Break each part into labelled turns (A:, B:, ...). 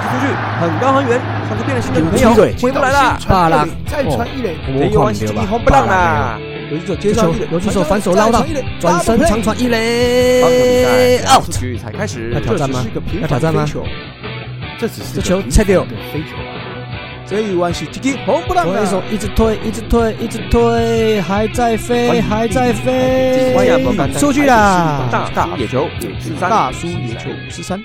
A: 很高很远，上次变了心的
B: 给我
A: 朋
B: 踢
A: 友
B: 腿
A: 回不来了。
C: 传
B: 巴拉
C: 一垒，再
B: 哦
C: 传一垒，
B: 我
A: 没有
B: 看
A: 关系，
B: 没
A: 这
B: 有
A: 地
B: 吧
A: 方不让
B: 巴
A: 啦
B: 拉没有。
A: 游击手接
B: 接
A: 球
B: 球，，游击手反手捞到，转身长传一垒
A: 好球比赛两
B: out
A: 出。局才开始
B: 要。挑战
C: 这
B: 吗
C: 只是一个平凡
B: 要挑战吗
C: 飞球这只是一
B: 这
C: 个
B: 球
C: 平
B: 切掉
C: 凡的飞球，啊
A: 这一弯是积极红不让
B: 左一手
A: 啦。
B: 一直推，一直推，一直推，还在飞，哎还在飞
A: 弯呀不敢，
B: 出去
A: 大
B: 啦！
A: 大野球五四三，
C: 大叔野球
A: 五十三。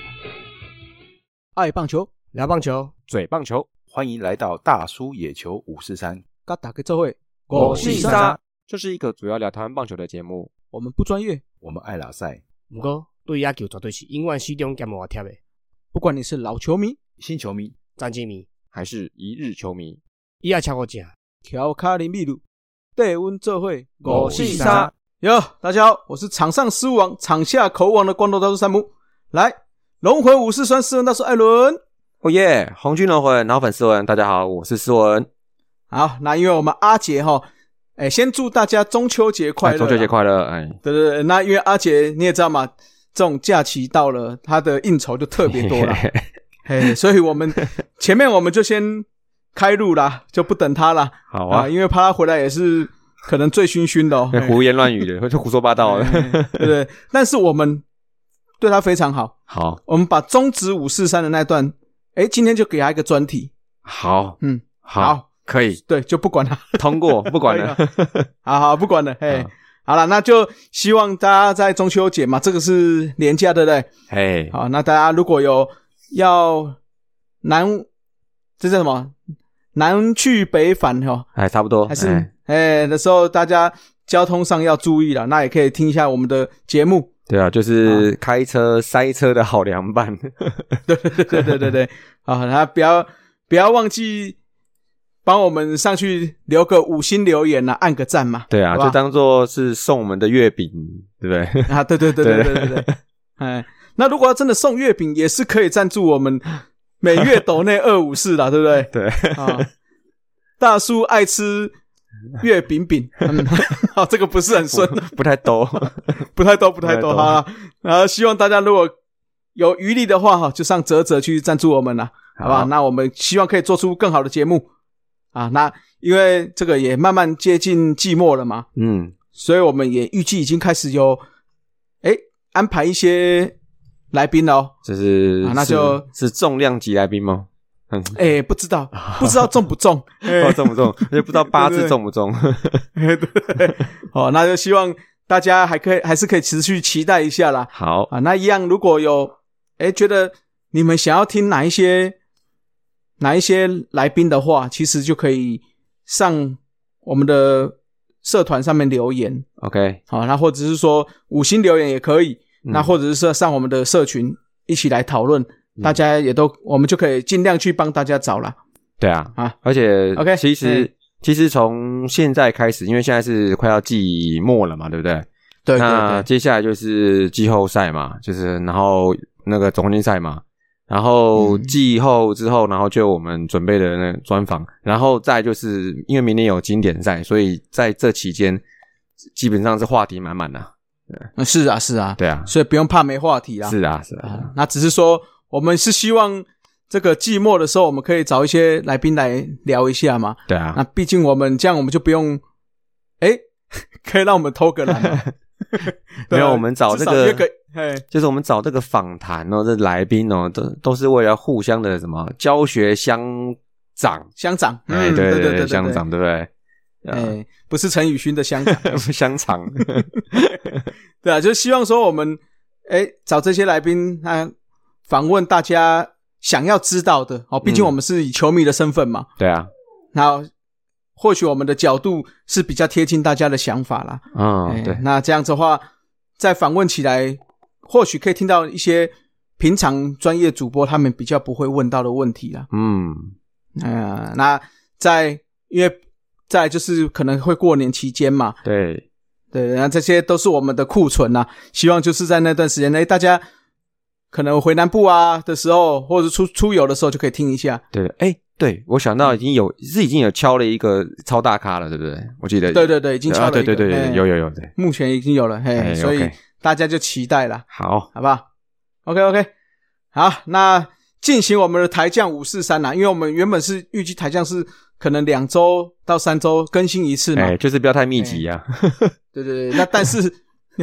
A: 爱棒球，
B: 聊棒球，
D: 嘴棒球，欢迎来到大叔野球五四三。
C: 嘎打给这位，
B: 我
A: 是
B: 是
A: 沙，这是一个主要聊台湾棒球的节目。
C: 我们不专业，
D: 我们爱拉赛
B: 不过对野球绝对是永远始终兼无贴的。
C: 不管你是老球迷、
D: 新球迷，
B: 詹金迷，
A: 还是一日球迷。
B: 伊也超过正。
C: 调卡林秘鲁，对温这会，
B: 我是沙。
C: 哟，大家好，我是场上失误王、场下口王的光头大叔山姆。来，龙魂武士川斯文大叔艾伦。
A: 哦耶！红军龙魂老粉斯文，大家好，我是斯文。
C: 好，那因为我们阿杰哈，哎，先祝大家中秋节快乐！
A: 中秋节！快乐！哎，
C: 对对对，那因为阿杰你也知道嘛，这种假期到了，他的应酬就特别多了。 嘿，所以我们前面我们就先开路啦，就不等他啦
A: 好
C: 啊，
A: 啊，
C: 因为怕他回来也是可能醉醺醺的哦，
A: 那胡言乱语的，或者胡说八道的。
C: 嘿对对对，但是我们对他非常好，
A: 好，
C: 我们把中指五四三的那段，哎，今天就给他一个专题，
A: 好，
C: 嗯，
A: 好，
C: 好
A: 可以
C: 对，就不管他，
A: 通 过，不管了。
C: 好好不管了，嘿
A: 好，
C: 好了，那就希望大家在中秋节嘛，这个是年假，对不对？
A: 嘿，
C: 好，那大家如果有要南，这叫什么？南去北返哈、哦，
A: 哎，差不多，
C: 还是
A: 哎
C: 哎、那时候大家交通上要注意了，那也可以听一下我们的节目。
A: 对啊，就是开车塞车的好凉 拌。
C: 对对 对对对对，啊，那不要不要忘记帮我们上去留个五星留言呐、啊按个赞嘛。
A: 对啊，
C: 好吧
A: 就当做是送我们的月饼，对不 对？
C: 啊，对对对对对对对，哎，那如果要真的送月饼，也是可以赞助我们每月斗内二五四啦，对不对？
A: 对，
C: 啊，大叔爱吃月饼饼，嗯， 好，这个不是很顺，
A: 不太 懂。
C: 不太多，不太多
A: 不太多
C: 哈。然后希望大家如果有余力的话哈，就上泽泽去赞助我们啦，好不好？
A: 好
C: 那我们希望可以做出更好的节目啊。那因为这个也慢慢接近季末了嘛，
A: 嗯，
C: 所以我们也预计已经开始有哎安排一些来宾了哦。
A: 就是
C: 啊那就是
A: 重量级来宾吗？嗯，
C: 哎，不知 道，不知道中不 哦中？
A: 不知道重不重，就不知道八
C: 对
A: 字
C: 对
A: 重不重。
C: 哦，那就希望大家还可以还是可以持续期待一下啦。
A: 好，
C: 啊，那一样如果有哎觉得你们想要听哪一些哪一些来宾的话，其实就可以上我们的社团上面留言，
A: OK，
C: 好、那或者是说五星留言也可以，
A: 嗯
C: 那或者是说上我们的社群一起来讨论，
A: 嗯
C: 大家也都我们就可以尽量去帮大家找啦。
A: 对啊，
C: 啊
A: 而且
C: OK，嗯
A: 其实其实从现在开始，因为现在是快要季末了嘛，对不对？
C: 对
A: 那接下来就是季后赛嘛，就是然后那个总决赛嘛，然后
C: 嗯
A: 季后之后，然后就我们准备的那个专访，然后再就是因为明年有经典赛，所以在这期间基本上是话题满满的。
C: 嗯是啊是啊，
A: 对啊，
C: 所以不用怕没话题啦。
A: 是啊，是啊，
C: 啊，那只是说我们是希望这个季末的时候，我们可以找一些来宾来聊一下嘛。
A: 对啊
C: 那，毕竟我们这样，我们就不用，哎、 可以让我们偷个 懒嘛。
A: 没
C: 对
A: 有
C: 啊
A: 我们找这
C: 至少
A: 个
C: 约个，哎，
A: 就是我们找这个访谈哦，这来宾哦，都都是为了互相的什么教学相长，
C: 乡长，
A: 哎，
C: 嗯，
A: 对
C: 对
A: 对，
C: 对，
A: 相长，，对不对？
C: 哎、
A: 啊
C: 不是陈宇勋的乡 长，
A: 香肠，
C: 对啊，就希望说我们，哎、找这些来宾，啊，访问大家想要知道的哦，毕竟
A: 嗯
C: 我们是以球迷的身份嘛，
A: 对啊，
C: 那或许我们的角度是比较贴近大家的想法啦。
A: 嗯，
C: 哎
A: 对，
C: 那这样子的话，再访问起来，或许可以听到一些平常专业主播他们比较不会问到的问题啦。
A: 嗯，
C: 呃，那在因为在就是可能会过年期间嘛，
A: 对，
C: 对，那这些都是我们的库存啦。希望就是在那段时间内，大家可能回南部啊的时候，或者出出游的时候就可以听一下。
A: 对，哎，对我想
C: 嗯
A: 到已经有是已经有敲了一个超大咖了，对不对？我记得，
C: 对对对，已
A: 已
C: 经敲了、哎
A: 啊，对对对对，有，有有，对，
C: 目前已经有了，嘿，
A: 哎
C: 所以
A: OK
C: 大家就期待啦。
A: 好，
C: 好不好？OK OK，好，那进行我们的台将五四三啊啦，因为我们原本是预计台将是可能两周到三周更新一次嘛，
A: 哎、就是不要太密集
C: 哎
A: 呀、啊。
C: 对对对，那但是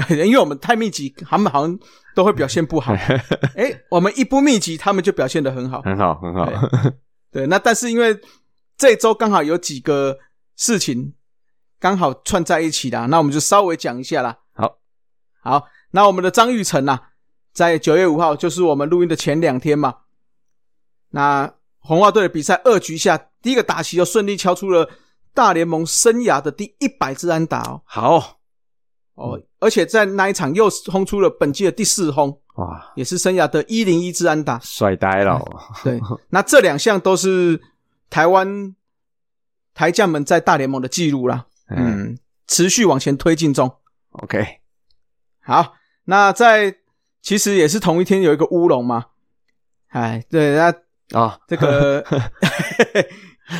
C: 因为我们太密集，他们好像都会表现不好。哎、我们一不密集，他们就表现得很好。
A: 很好，很好。
C: 哎对，那但是因为这周刚好有几个事情刚好串在一起啦，那我们就稍微讲一下啦。
A: 好，
C: 好，那我们的张玉成啊，在九月五号，就是我们录音的前两天嘛，那红袜队的比赛二局下，第一个打席就顺利敲出了大联盟生涯的第一百支安打哦。
A: 好
C: 哦，而且在那一场又轰出了本季的第四轰，
A: 哇，
C: 也是生涯的一零一支安打。
A: 帅呆了！
C: 对，那这两项都是台湾台将们在大联盟的记录啦。
A: 嗯
C: 嗯，持续往前推进中。
A: ，OK，
C: 好，那在其实也是同一天有一个乌龙嘛，哎，对，那
A: 啊，
C: 这 个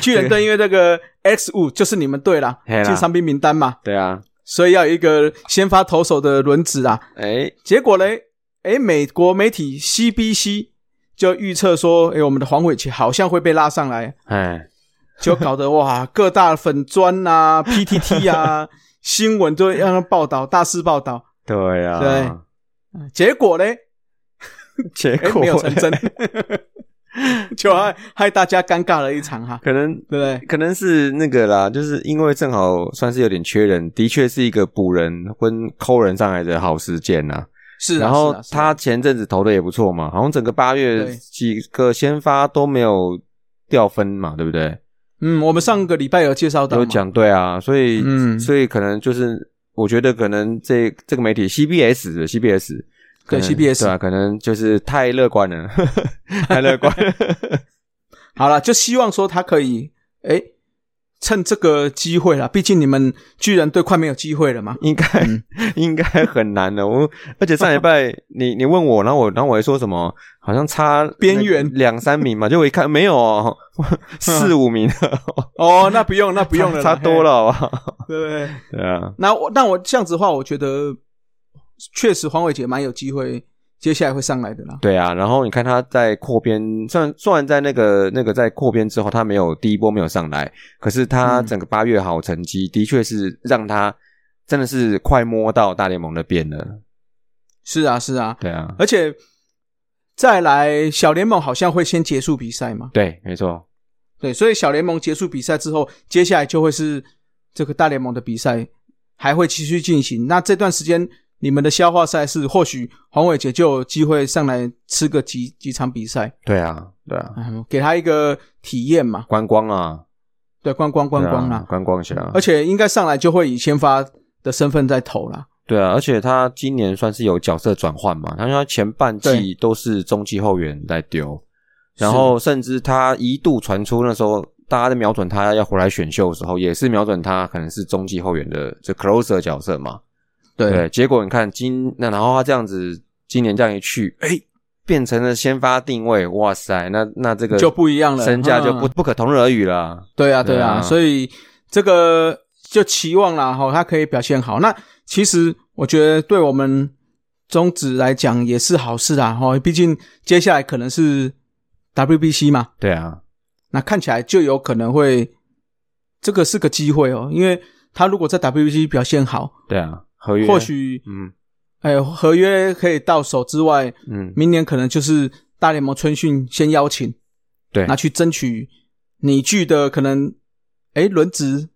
C: 巨人队因为这个 X 五就是你们队啦，
A: 嘿啦
C: 进伤兵名单嘛，
A: 对啊，
C: 所以要有一个先发投手的轮值啊。
A: 哎、
C: 结果嘞，诶，美国媒体 CBC 就预测说，诶，我们的黄伟杰好像会被拉上来，
A: 哎，
C: 就搞得哇，各大粉砖 啊、PTT 啊、新闻都让他报道，大肆报道。
A: 对啊，
C: 对结果嘞，
A: 结
C: 诶，
A: 果
C: 哎没有成真， 就害害大家尴尬了一场哈，
A: 可能
C: 对不对？
A: 可能是那个啦，就是因为正好算是有点缺人，的确是一个补人跟抠人上来的好时间呐、
C: 是啊、
A: 然
C: 是
A: 后
C: 啊是啊
A: 他前阵子投的也不错嘛，好像整个八月
C: 对
A: 几个先发都没有掉分嘛，对不对？
C: 嗯，我们上个礼拜有介绍到嘛，
A: 有讲对啊，所以、
C: 嗯
A: 所以可能就是我觉得可能这这个媒体 CBS 的 CBS 可
C: 嗯对
A: 能
C: CBS
A: 对啊，可能就是太乐观了， 太乐观了，
C: 好了，就希望说他可以，哎、趁这个机会啦，毕竟你们巨人队快没有机会了嘛。
A: 应该、
C: 嗯
A: 应该很难的。我而且上礼拜你你问我，然后我然后我还说什么，好像差
C: 边
A: 那个
C: 缘
A: 两三名嘛，就我一看没有哦， 四五名了，
C: 哦，那不用，那 不用了啦，
A: 差差多了，好不好？
C: 嘿，对不对？
A: 对啊，
C: 那我那我这样子的话，我觉得确实黄伟杰蛮有机会，接下来会上来的啦。
A: 对啊。然后你看他在扩编，虽然虽然在那个那个在扩编之后，他没有第一波没有上来，可是他
C: 嗯
A: 整个八月好成绩，的确是让他真的是快摸到大联盟的边了。
C: 是啊，是啊，
A: 对啊，
C: 而且再来小联盟好像会先结束比赛嘛，
A: 对，没错，
C: 对，所以小联盟结束比赛之后，接下来就会是这个大联盟的比赛还会继续进行。那这段时间你们的消化赛事，或许黄伟杰就有机会上来吃个几几场比赛，
A: 对啊，对啊，
C: 嗯，给他一个体验嘛，
A: 观光啊，
C: 对，观光观光
A: 对
C: 啦
A: 啊，，观光一下。
C: 而且应该上来就会以先发的身份在投啦。
A: 对啊，而且他今年算是有角色转换嘛，他说他前半季
C: 对
A: 都是中继后援在丢，然后甚至他一度传出那时候大家在瞄准他要回来选秀的时候，也是瞄准他可能是中继后援的这 closer 角色嘛。
C: 对
A: 结果你看今那然后他这样子今年这样一去，哎，变成了先发定位，哇塞，那那这个
C: 就不一样了
A: 身价就不
C: 嗯
A: 不可同日而语了。
C: 对啊，对
A: 对
C: 啊，
A: 啊
C: 所以这个就期望啦，哈、他可以表现好。那其实我觉得对我们中职来讲也是好事啦，哈、毕竟接下来可能是 WBC 嘛，
A: 对啊，
C: 那看起来就有可能会这个是个机会哦，因为他如果在 WBC 表现好，
A: 对啊，合约
C: 或许
A: 嗯
C: 哎合约可以到手之外，
A: 嗯，
C: 明年可能就是大联盟春训先邀请，
A: 对
C: 拿去争取你剧的可能，哎，轮值，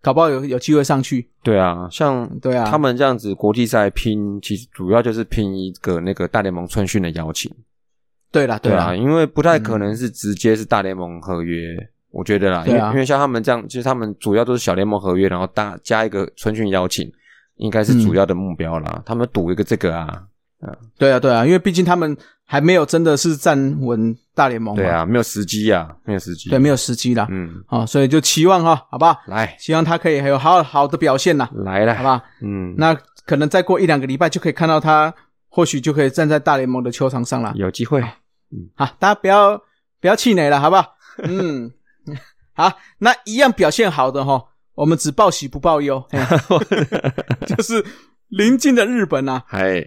C: 搞不好有有机会上去。
A: 对啊，像
C: 对啊，
A: 他们这样子国际赛拼，其实主要就是拼一个那个大联盟春训的邀请。
C: 对啦，
A: 对
C: 啦
A: 啊，，因为不太可能是直接是大联盟合约，我觉得啦，因为
C: 对啊
A: 因为像他们这样，其实他们主要都是小联盟合约，然后大加一个春训邀请，应该是主要的目标
C: 嗯
A: 啦。他们赌一个这个啊，
C: 对啊，对啊，因为毕竟他们还没有真的是站稳大联盟嘛，
A: 对啊，没有时机啊，没有时机。
C: 哦对，没有时机啦，
A: 嗯，
C: 啊、所以就期望哈，好不好？
A: 来
C: 希望他可以还有好好的表现啦，
A: 来了，
C: 好不好？
A: 嗯，
C: 那可能再过一两个礼拜就可以看到他，或许就可以站在大联盟的球场上啦。
A: 有机会，
C: 好，大家不要不要气馁了，好不 好？嗯， 好，那一样表现好的哈，我们只报喜不报忧， 嘿就是邻近的日本啊，
A: 嗨，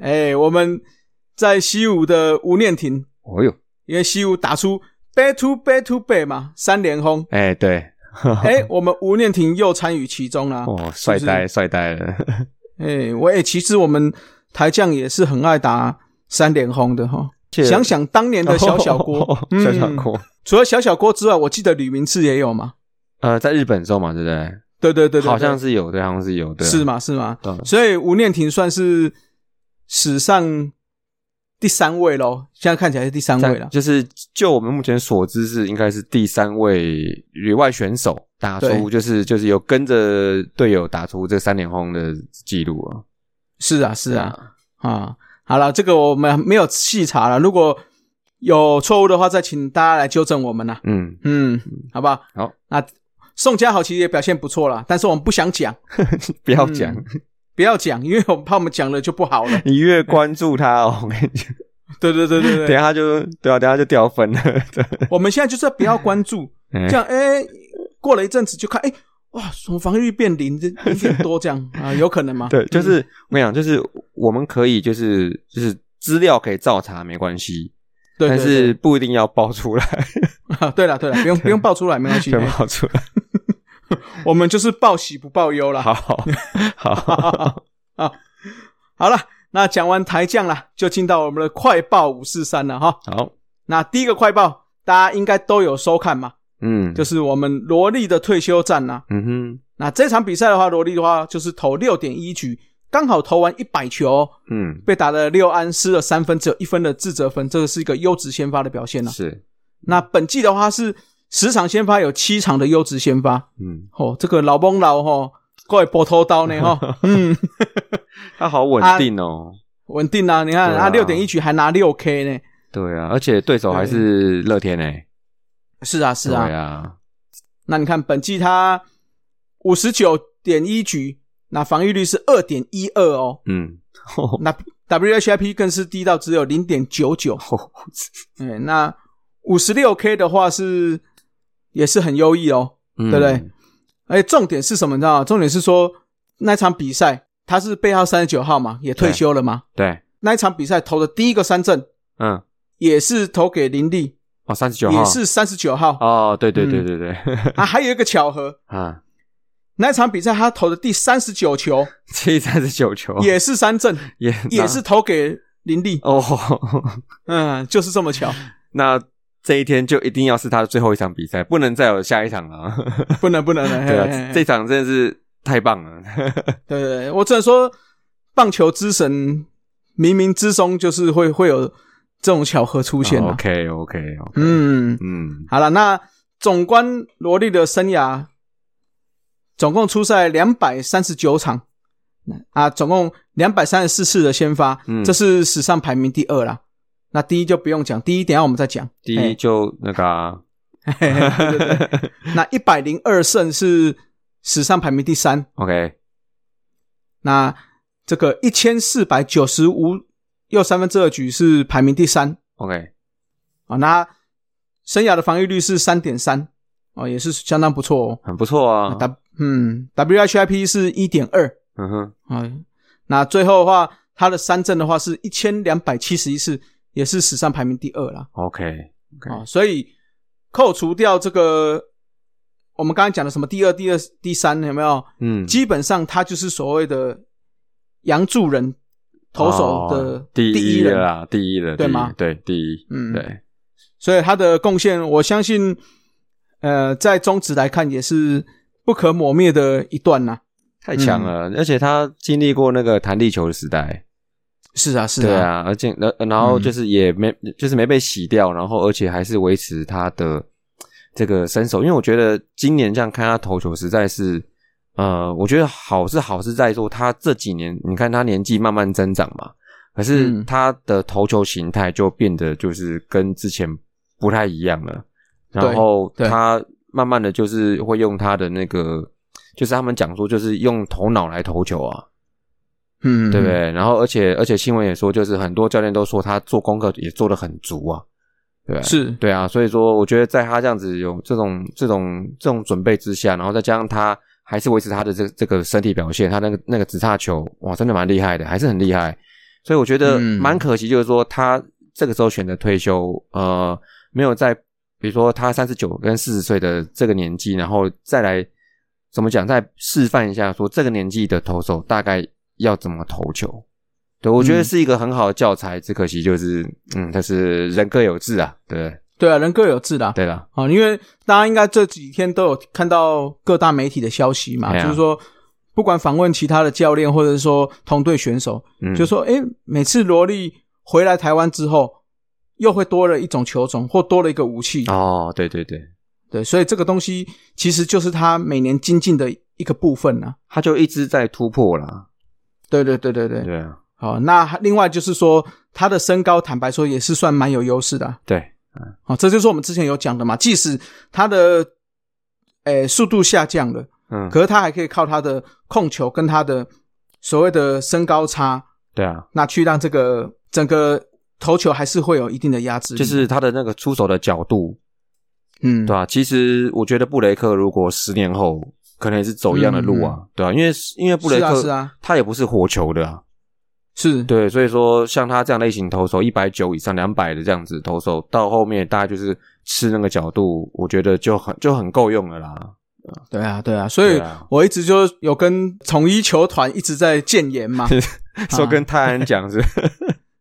C: 哎、我们在西武的吴念婷，
A: 哦哟，，
C: 因为西武打出 back to back to back 嘛，三连轰
A: 哎，对，
C: 哎、我们吴念婷又参与其中啦、
A: 哦，帅
C: 啊是不是
A: 呆帅呆了，
C: 哎、我哎、其实我们台将也是很爱打三连轰的哈。
A: 切
C: 想想当年的小小 锅，
A: 哦
C: 嗯
A: 小小锅，
C: 除了小小锅之外，我记得吕明次也有嘛。
A: 呃，在日本的时候嘛，对不对？
C: 对对对对对
A: 好像是有，对，好像是嗯有，对，啊
C: 是？吗？是吗
A: 当？然
C: 所以吴念婷算是史上第三位喽，现在看起来是第三
A: 在
C: 位了。啊
A: 就是就我们目前所知是应该是第三位旅外选手打出，
C: 对
A: 就是就是有跟着队友打出这三连轰的记录啊。
C: 是啊，是啊，啊，好了，这个我们没有细查了，如果有错误的话，再请大家来纠正我们啦。
A: 嗯，
C: 嗯，好不好？
A: 好，
C: 那宋佳豪其实也表现不错啦，但是我们不想讲，
A: 不要讲，。
C: 嗯不要讲，因为我们怕我们讲了就不好了
A: 你越关注他哦，我跟你讲，
C: 对对对对
A: 等一
C: 对，
A: 下他就对啊，等一下就掉分 了。对
C: 我们现在就是不要关注，
A: 哎
C: 这样哎、过了一阵子就看哎、哇，什么防御率变零这零点多这样啊，嗯有可能 吗？
A: 对，就是我跟你讲，就是我们可以就是就是资料可以照查没关系，
C: 嗯对，对
A: 但是不一定要爆出来，
C: 啊，对了 对了，不用不用报出来，没关系哎
A: 全， 爆出来。
C: 我们就是报喜不报忧啦。
A: 好好，
C: 好了，那讲完台将啦，就进到我们的快报五四三了哈。
A: 好，
C: 那第一个快报，大家应该都有收看嘛，
A: 嗯，
C: 就是是我们罗莉的退休战啦。
A: 嗯哼，
C: 那这场比赛的话，罗莉的话就是投六点一局，刚好投完一百球哦，
A: 嗯，
C: 被打了六安，失了三分，只有一分的自责分，这个是一个优质先发的表现啦。
A: 是，
C: 那本季的话是十场先发，有七场的优质先发
A: 嗯，
C: 哦，这个老崩老哦，各位波头刀呢 哦，嗯，
A: 他好稳定哦。
C: 稳定啊，你看
A: 对啊
C: 啊，六点一局还拿六 K 呢。
A: 对啊，而且对手还是乐天诶、
C: 是啊，是
A: 对啊，
C: 那你看本季他五十九点一局，那防御率是二点一二哦，
A: 嗯，
C: 那 WHIP 更是低到只有零点 九九。哎，那五十六 K 的话是也是很优异哦。
A: 对
C: 对不对？而且重点是什么？你知道吗？重点是说那场比赛他是背号三十九号嘛，也退休了嘛。
A: 对，
C: 那一场比赛投的第一个三振
A: 嗯，
C: 也是投给林立，
A: 哦，三十九号
C: 也是三十九号
A: 哦，对对对对对，
C: 啊。还有一个巧合，
A: 啊，
C: 那一场比赛他投的第三十九球。
A: 这三十九球
C: 也是三振，
A: 也
C: 也是投给林立，
A: 哦，
C: 嗯，就是这么巧，
A: 那这一天就一定要是他的最后一场比赛，不能再有下一场了。
C: 不能不能的，
A: 对
C: 嘿嘿
A: 啊，
C: 嘿
A: 这场真的是太棒了。
C: 对对对，我只能说棒球之神冥冥之中就是会会有这种巧合 出现、啊
A: 哦 OK OK，
C: 嗯，
A: 哦嗯，
C: 好了，那总观罗莉的生涯总共出赛两百三十九场，啊，总共两百三十四次的先发，
A: 嗯
C: 这是史上排名第二啦。那第一就不用讲，第一等一下我们再讲。
A: 第一就那个啊，
C: 嘿，嘿嘿对对对。那一百零二胜是史上排名第三，
A: OK，
C: 那这个一千四百九十五又三分之二局是排名第三
A: OK，
C: 啊、那生涯的防御率是三点三哦，也是相当不错哦。
A: 很不错啊。
C: W 嗯，WHIP 是一点二
A: 嗯哼，
C: 啊，那最后的话，他的三振的话是一千两百七十一次，也是史上排名第二啦
A: OK，OK
C: 啊、所以扣除掉这个我们刚才讲的什么第二、第二、第三有没有？
A: 嗯，
C: 基本上他就是所谓的杨助人投手的
A: 哦第
C: 一
A: 了
C: 人，
A: 啦，第一了，
C: 对
A: 第一
C: 吗
A: 对，第一，
C: 嗯
A: 对，
C: 所以他的贡献，我相信，呃，在中职来看也是不可磨灭的一段呐、
A: 太强了。而且他经历过那个弹力球的时代，
C: 是啊，是
A: 对，啊，而且然然后
C: 嗯
A: 就是也没就是没被洗掉，然后而且还是维持他的这个身手，因为我觉得今年这样看他投球实在是。呃，我觉得好是好是在说他这几年，你看他年纪慢慢增长嘛，可是
C: 嗯
A: 他的投球形态就变得就是跟之前不太一样了。然
C: 对
A: 后
C: 对
A: 他慢慢的就是会用他的那个，就是他们讲说就是用头脑来投球啊，
C: 嗯，
A: 对不？对？然后而且而且新闻也说，就是很多教练都说他做功课也做得很足啊，对不对
C: 是，
A: 对啊，所以说我觉得在他这样子有这种这种这种准备之下，然后再加上他还是维持他的这这个身体表现，他那个那个直叉球，哇，真的蛮厉害的，还是很厉害。所以我觉得
C: 嗯
A: 蛮可惜，就是说他这个时候选择退休，呃，没有在比如说他三十九跟四十岁的这个年纪，然后再来怎么讲，再示范一下说这个年纪的投手大概要怎么投球。对，我觉得
C: 嗯
A: 是一个很好的教材，只可惜就是，嗯，但是人各有志啊，对
C: 对啊，人各有志啦。
A: 对啦，
C: 啊，因为大家应该这几天都有看到各大媒体的消息嘛，
A: 哎呀
C: 就是说，不管访问其他的教练，或者是说同队选手，
A: 嗯，
C: 就说，诶，每次罗莉回来台湾之后，又会多了一种球种，或多了一个武器。
A: 哦，对对对，
C: 对，所以这个东西其实就是他每年精进的一个部分呢、
A: 他就一直在突破啦，
C: 对对对对对，
A: 对啊，
C: 好，那另外就是说，他的身高，坦白说也是算蛮有优势的啊、
A: 对，
C: 哦，这就是我们之前有讲的嘛，即使他的诶速度下降了，
A: 嗯，
C: 可是他还可以靠他的控球跟他的所谓的身高差，
A: 对啊，
C: 那去让这个整个投球还是会有一定的压制力。
A: 就是他的那个出手的角度，
C: 嗯，
A: 对吧、啊其实我觉得布雷克如果十年后可能也是走一样的路啊，对吧、因为因为布雷
C: 是啊
A: 克
C: 是啊
A: 他也不是活球的啊，
C: 是，
A: 对，所以说像他这样类型投手，一百九以上、两百的这样子投手，到后面大概就是吃那个角度，我觉得就很就很够用了啦。
C: 对啊对啊，所以
A: 对啊
C: 我一直就有跟统一球团一直在谏言嘛。
A: 说跟泰安讲是，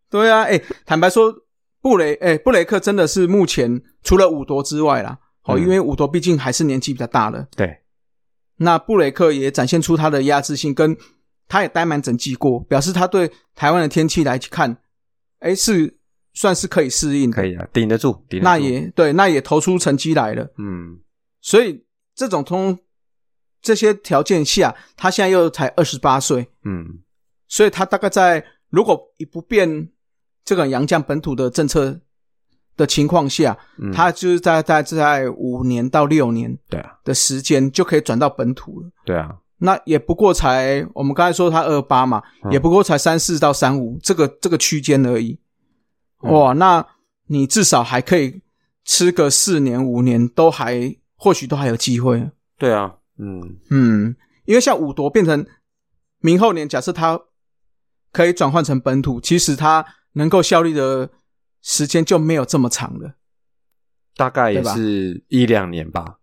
C: 对啊，哎、坦白说，布雷哎、布雷克真的是目前除了伍铎之外啦，哦，
A: 嗯
C: 因为伍铎毕竟还是年纪比较大了，
A: 对，
C: 那布雷克也展现出他的压制性，跟他也待满整季过，表示他对台湾的天气来看，哎、是算是可以适应的，
A: 可以啊，顶得住，顶得住。
C: 那也对，那也投出成绩来了，
A: 嗯，
C: 所以这种通这些条件下，他现在又才二十八岁，
A: 嗯
C: 所以他大概在如果以不变这个洋将本土的政策的情况下，
A: 嗯，
C: 他就是在在在五年到六年
A: 对啊，
C: 的时间就可以转到本土了。
A: 对啊，
C: 那也不过才我们刚才说他二八嘛，
A: 嗯
C: 也不过才三四到三五这个这个区间而已。
A: 嗯
C: 哇，那你至少还可以吃个四年五年，都还或许都还有机会。
A: 对啊，嗯，
C: 嗯，因为像五夺变成明后年，假设它可以转换成本土，其实它能够效力的时间就没有这么长了。
A: 大概也
C: 对吧
A: 是一两年吧。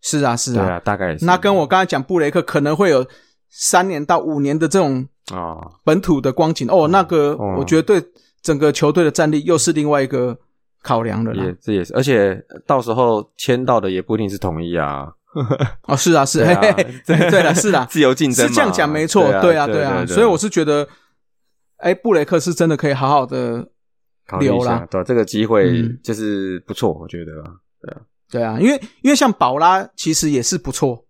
C: 是啊，是
A: 对
C: 啊。
A: 啊，大概也是。
C: 那跟我刚才讲布雷克可能会有三年到五年的这种
A: 啊，
C: 本土的光景哦，那个
A: 哦
C: 我觉得对整个球队的战力又是另外一个考量了
A: 也
C: 啦。
A: 这也是，而且到时候签到的也不一定是统一啊。
C: 哦，是啊，是，
A: 对啊
C: 嘿嘿
A: ，
C: 嘿对了，是啦
A: 自由竞争
C: 是
A: 嘛
C: 这样讲没错，
A: 对
C: 对
A: 啊
C: 啊，
A: 对
C: 对啊。
A: 对对
C: 所以我是觉得，哎，布雷克是真的可以好好的
A: 考虑一
C: 留
A: 下，
C: 啦，
A: 对啊，这个机会
C: 嗯
A: 就是不错，我觉得啊。
C: 对啊，因为因为像宝拉其实也是不错，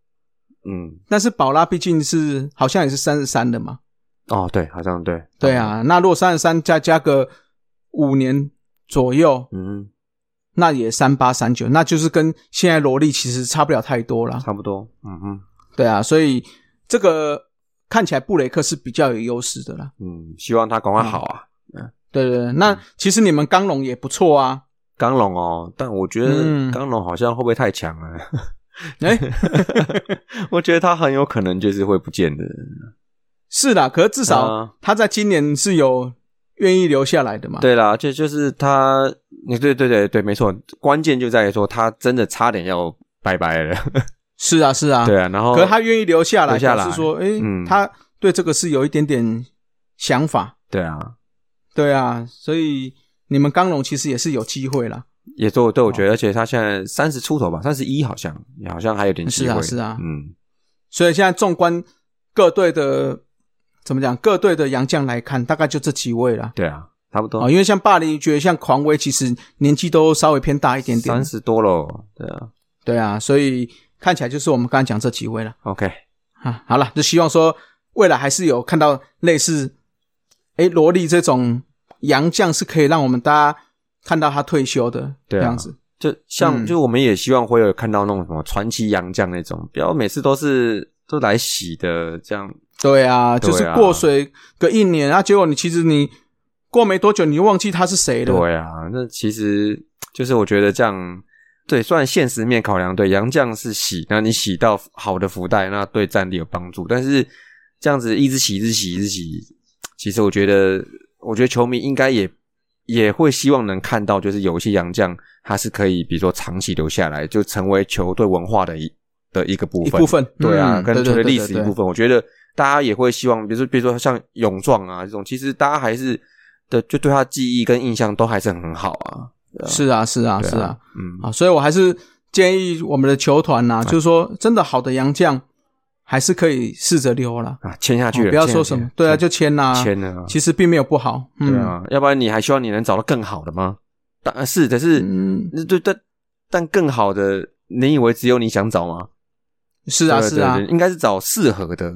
A: 嗯，
C: 但是宝拉毕竟是好像也是三十三的嘛，
A: 哦，对，好像对，
C: 对，
A: 哦
C: 啊，那如果三十三再加个五年左右，
A: 嗯，
C: 那也三八三九，那就是跟现在萝莉其实差不了太多啦。
A: 差不多，嗯哼，
C: 对啊，所以这个看起来布雷克是比较有优势的啦。
A: 嗯，希望他赶快好
C: 嗯
A: 啊。
C: 对对对，
A: 嗯
C: 那其实你们刚龙也不错啊。
A: 刚龙哦，但我觉得
C: 嗯
A: 刚龙好像会不会太强了？
C: 哎，
A: 我觉得他很有可能就是会不见的。
C: 是啦，可是至
A: 啊
C: 少他在今年是有愿意留下来的嘛。
A: 对啦，就就是他，你对对对对，没错，关键就在于说他真的差点要拜拜了。
C: 是啊，是啊。
A: 对啊，然后
C: 可是他愿意留下来，
A: 留下来
C: 表示说，哎、
A: 嗯
C: 他对这个是有一点点想法，
A: 对啊，
C: 对啊，所以你们刚龙其实也是有机会啦，
A: 也对我对我
C: 哦
A: 觉得，而且他现在三十出头吧，三十一好像，好像还有点机
C: 是
A: 会。
C: 啊，是啊，
A: 嗯，
C: 所以现在纵观各队的怎么讲，各队的洋将来看，大概就这几位啦。
A: 对啊，差不
C: 哦，
A: 多
C: 因为像霸凌爵、像狂威，其实年纪都稍微偏大一点
A: 三
C: 点，
A: 十多了。对啊
C: 对啊，所以看起来就是我们刚才讲这几位了
A: ，OK，
C: 啊。好了，就希望说未来还是有看到类似，哎，萝莉这种洋将是可以让我们大家看到他退休的
A: 对
C: 这
A: 啊
C: 样子。
A: 就像、
C: 嗯
A: 就我们也希望会有看到那种什么传奇洋将那种，不要每次都是都来洗的这样。
C: 对啊，
A: 对啊
C: 就是过水个一年啊，结果你其实你过没多久，你又忘记他是谁了。
A: 对啊，那其实就是我觉得这样，对，虽然现实面考量，对杨绛是洗，那你洗到好的福袋，那对战力有帮助。但是这样子一直洗，一直洗，一直洗，其实我觉得，我觉得球迷应该也也会希望能看到，就是有一些洋将他是可以，比如说长期留下来，就成为球队文化的一的一个部
C: 一
A: 分。
C: 部分，
A: 对啊，
C: 嗯
A: 跟
C: 对
A: 球队
C: 对
A: 历
C: 对
A: 史一
C: 对
A: 部分，我觉得大家也会希望，比如说比如说像勇壮啊这种，其实大家还是的就对他记忆跟印象都还是很好啊。
C: 是啊，是啊，
A: 对
C: 是啊，，
A: 嗯，
C: 啊，所以我还是建议我们的球团
A: 啊
C: 呐，就是说，真的好的洋将还是可以试着溜啦，
A: 啊，签下
C: 哦
A: 去了，
C: 不要
A: 签
C: 说
A: 下
C: 什
A: 去
C: 么
A: 了，
C: 对啊，就签啦，
A: 签了啊，
C: 其实并没有不好，
A: 对
C: 嗯，
A: 啊，要不然你还希望你能找到更好的吗？当然是，但是
C: 嗯，
A: 那对但但更好的，你以为只有你想找吗？
C: 是啊，
A: 对
C: 是啊
A: 对，对应该是找适合的，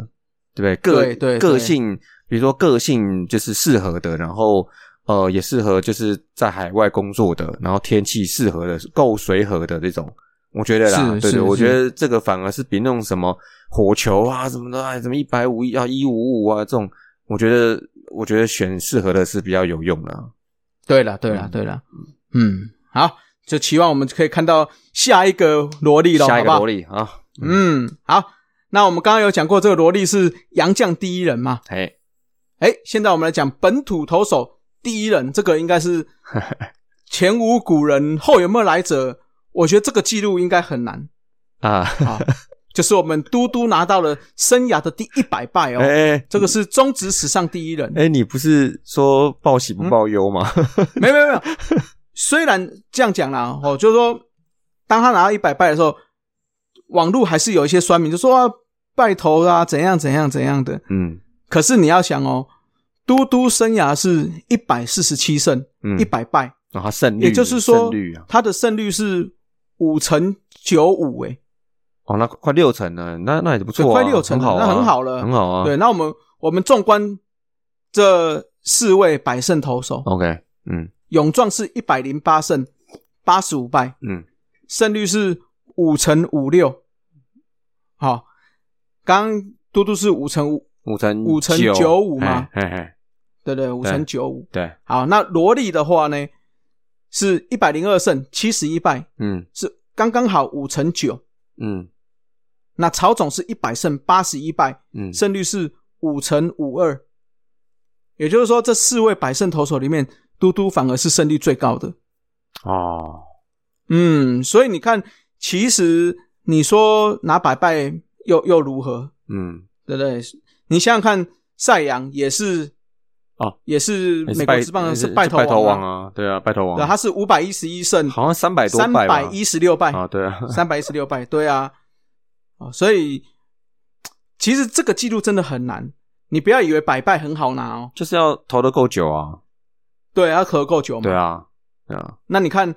A: 对不对？个
C: 对对对
A: 个性，比如说个性就是适合的，然后呃也适合就是在海外工作的，然后天气适合的，够随和的这种，我觉得啦，
C: 是
A: 对
C: 是
A: 对，我
C: 是
A: 觉得这个反而是比那种什么火球啊什么的，哎，什么一百五啊一五五啊这种，我觉得我觉得选适合的是比较有用的啊。
C: 对了，对了，对了，嗯，好，就期望我们可以看到下一个萝莉了，
A: 下一
C: 好不
A: 个
C: 好
A: 萝？莉啊，
C: 嗯，好，那我们刚刚有讲过，这个萝莉是洋将第一人嘛？
A: 哎，
C: 哎，现在我们来讲本土投手第一人，这个应 该是前无古人，后有没有来者？我觉得这个记录应该 很难
A: 啊，
C: 啊，就是我们嘟嘟拿到了生涯的第一百败 哦，
A: 哎
C: 这个是中职史上第一人。
A: 哎，你不是说报喜
C: 嗯
A: 不报忧吗？
C: 没有没有没有，虽然这样讲啦，哦，就是说，当他拿到一百败的时候，网络还是有一些酸民就说、啊、拜头啊，怎样怎样怎样的。
A: 嗯
C: 可是你要想哦，嘟嘟生涯是一百四十七胜，
A: 嗯
C: 一百败，
A: 然后胜率，
C: 也就是说
A: 胜率啊，，
C: 他的胜率是五成九五，诶，
A: 哦，那快六成了，那那也不错、啊，
C: 快六成了
A: 很好、啊，
C: 那很好了
A: 很好啊。
C: 对，那我们我们纵观这四位百胜投手，
A: ，OK，嗯
C: 勇壮是一百零八胜，八十五败，
A: 嗯，
C: 胜率是五乘五六。好，刚刚嘟嘟是五乘五，
A: 五成
C: 五成九五嘛
A: 嘿嘿嘿，
C: 对不对，五
A: 对
C: 乘九五。
A: 对，
C: 好，那萝莉的话呢，是一百零二胜，七十一败，
A: 嗯
C: 是刚刚好五乘九。
A: 嗯
C: 那曹总是一百胜，八十一败，
A: 嗯，
C: 胜率是五乘五二。也就是说，这四位百胜投手里面，嘟嘟反而是胜率最高的。
A: 哦，
C: 嗯，所以你看，其实你说拿百败又又如何？
A: 嗯，
C: 对不对？你想想看，赛扬也是
A: 哦，
C: 也是
A: 也是
C: 美国
A: 拜
C: 职棒
A: 也
C: 是
A: 是
C: 拜
A: 拜
C: 头
A: 王
C: 啊，
A: 啊，对啊，拜头王，
C: 对，他是五百一十一胜，
A: 好像三百多
C: 三
A: 败吧，
C: 百一十六败，
A: 啊，对啊，
C: 三百一十六败，对啊，哦，所以其实这个记录真的很难，你不要以为百败很好拿哦，
A: 就是要投的够久啊，
C: 对，要合够久嘛，
A: 对，啊，对啊，
C: 那你看，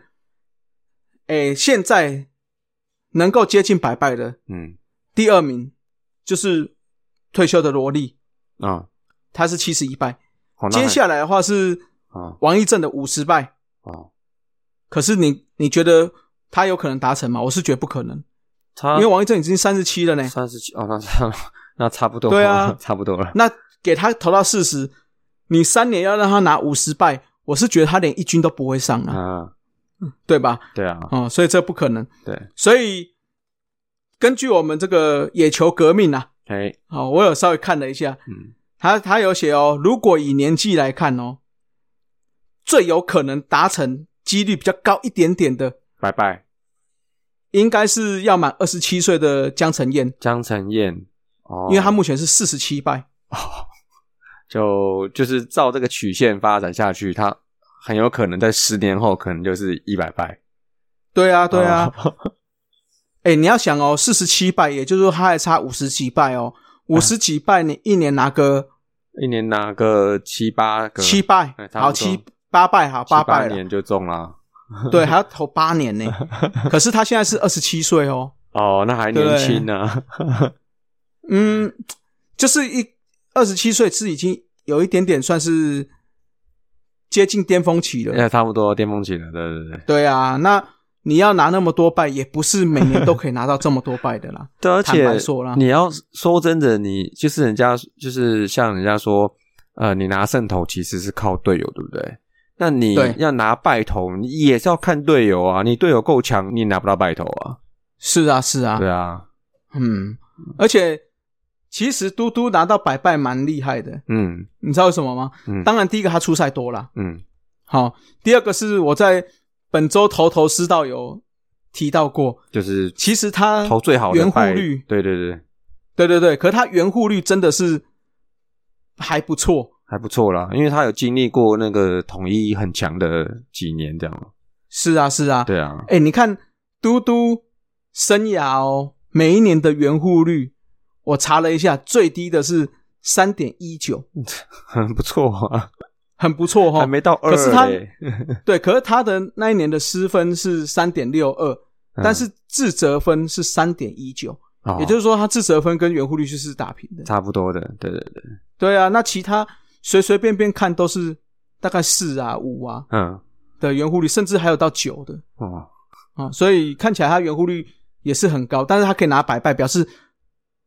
C: 哎，现在能够接近百败的
A: 嗯
C: 第二名就是退休的罗莉，
A: 啊，
C: 他是七十一败，
A: 好哦那
C: 接下来的话是
A: 还啊
C: 王一正的五十败，
A: 哦，
C: 可是你你觉得他有可能达成吗？我是觉得不可能，
A: 他
C: 因为王一正已经三十七了呢。
A: 三十七哦，那差 那差不多，
C: 对啊
A: 差不多了，
C: 那给他投到四十，你三年要让他拿五十败，我是觉得他连一军都不会上啊，
A: 啊，
C: 对吧？
A: 对啊，
C: 哦、所以这不可能。
A: 对，
C: 所以根据我们这个野球革命啊，
A: 哎，
C: 哦，我有稍微看了一下，
A: 嗯
C: 他他有写哦，如果以年纪来看哦，最有可能达成几率比较高一点点的，
A: 拜拜，
C: 应该是要满二十七岁的江承燕。
A: 江晨燕，哦，
C: 因为他目前是四十七败，
A: 就就是照这个曲线发展下去，它很有可能在十年后可能就是一百败。
C: 对啊，对
A: 哦
C: 啊，哎、你要想哦，四十七败，也就是说他还差五十几败哦，
A: 嗯
C: 五十几败，你一年拿个
A: 一年拿个七八个，
C: 七败
A: 哎，差不多
C: 好七八败，好
A: 七
C: 八
A: 八
C: 败了，
A: 年就中啦。
C: 对，还要投八年 呢。可是他现在是二十七岁哦，
A: 哦，那还年轻呢、
C: 嗯，就是一二十七岁是已经有一点点算是接近巅峰期了，
A: 那差不多巅峰期了，对对对。
C: 对啊，那你要拿那么多败，也不是每年都可以拿到这么多败的啦。
A: 对，而
C: 坦白
A: 且
C: 说啦
A: 你要说真的，你就是人家就是像人家说，呃，你拿胜投其实是靠队友，对不对？那你
C: 对
A: 要拿败投，你也是要看队友啊。你队友够强，你拿不到败投啊。
C: 是啊，是啊，
A: 对啊，
C: 嗯，而且其实嘟嘟拿到百败蛮厉害的，
A: 嗯
C: 你知道为什么吗？
A: 嗯
C: 当然，第一个他出赛多啦，
A: 嗯，
C: 好，第二个是我在本周头头是道有提到过，
A: 就是
C: 其实他
A: 投最好的
C: 圆
A: 败
C: 弧率
A: 对对对，
C: 对对对，可他圆护率真的是还不错，
A: 还不错啦，因为他有经历过那个统一很强的几年这样。
C: 是啊是啊，
A: 对啊，
C: 哎、你看嘟嘟生涯哦，每一年的圆护率，我查了一下，最低的是三点一九，
A: 很不错啊，
C: 很不错哈、
A: 还
C: 哦。
A: 没到二
C: 可是他
A: 嘞。
C: 对，可是他的那一年的失分是三点六二，但是自责分是三点一九，
A: 嗯哦
C: 也就是说他自责分跟圆护率就是打平的。
A: 差不多的，对对对，
C: 对啊，那其他随随便便看都是大概四啊五啊
A: 嗯，
C: 的圆护率，甚至还有到九的。
A: 哦，
C: 啊、所以看起来他圆弧率也是很高，但是他可以拿百败，表示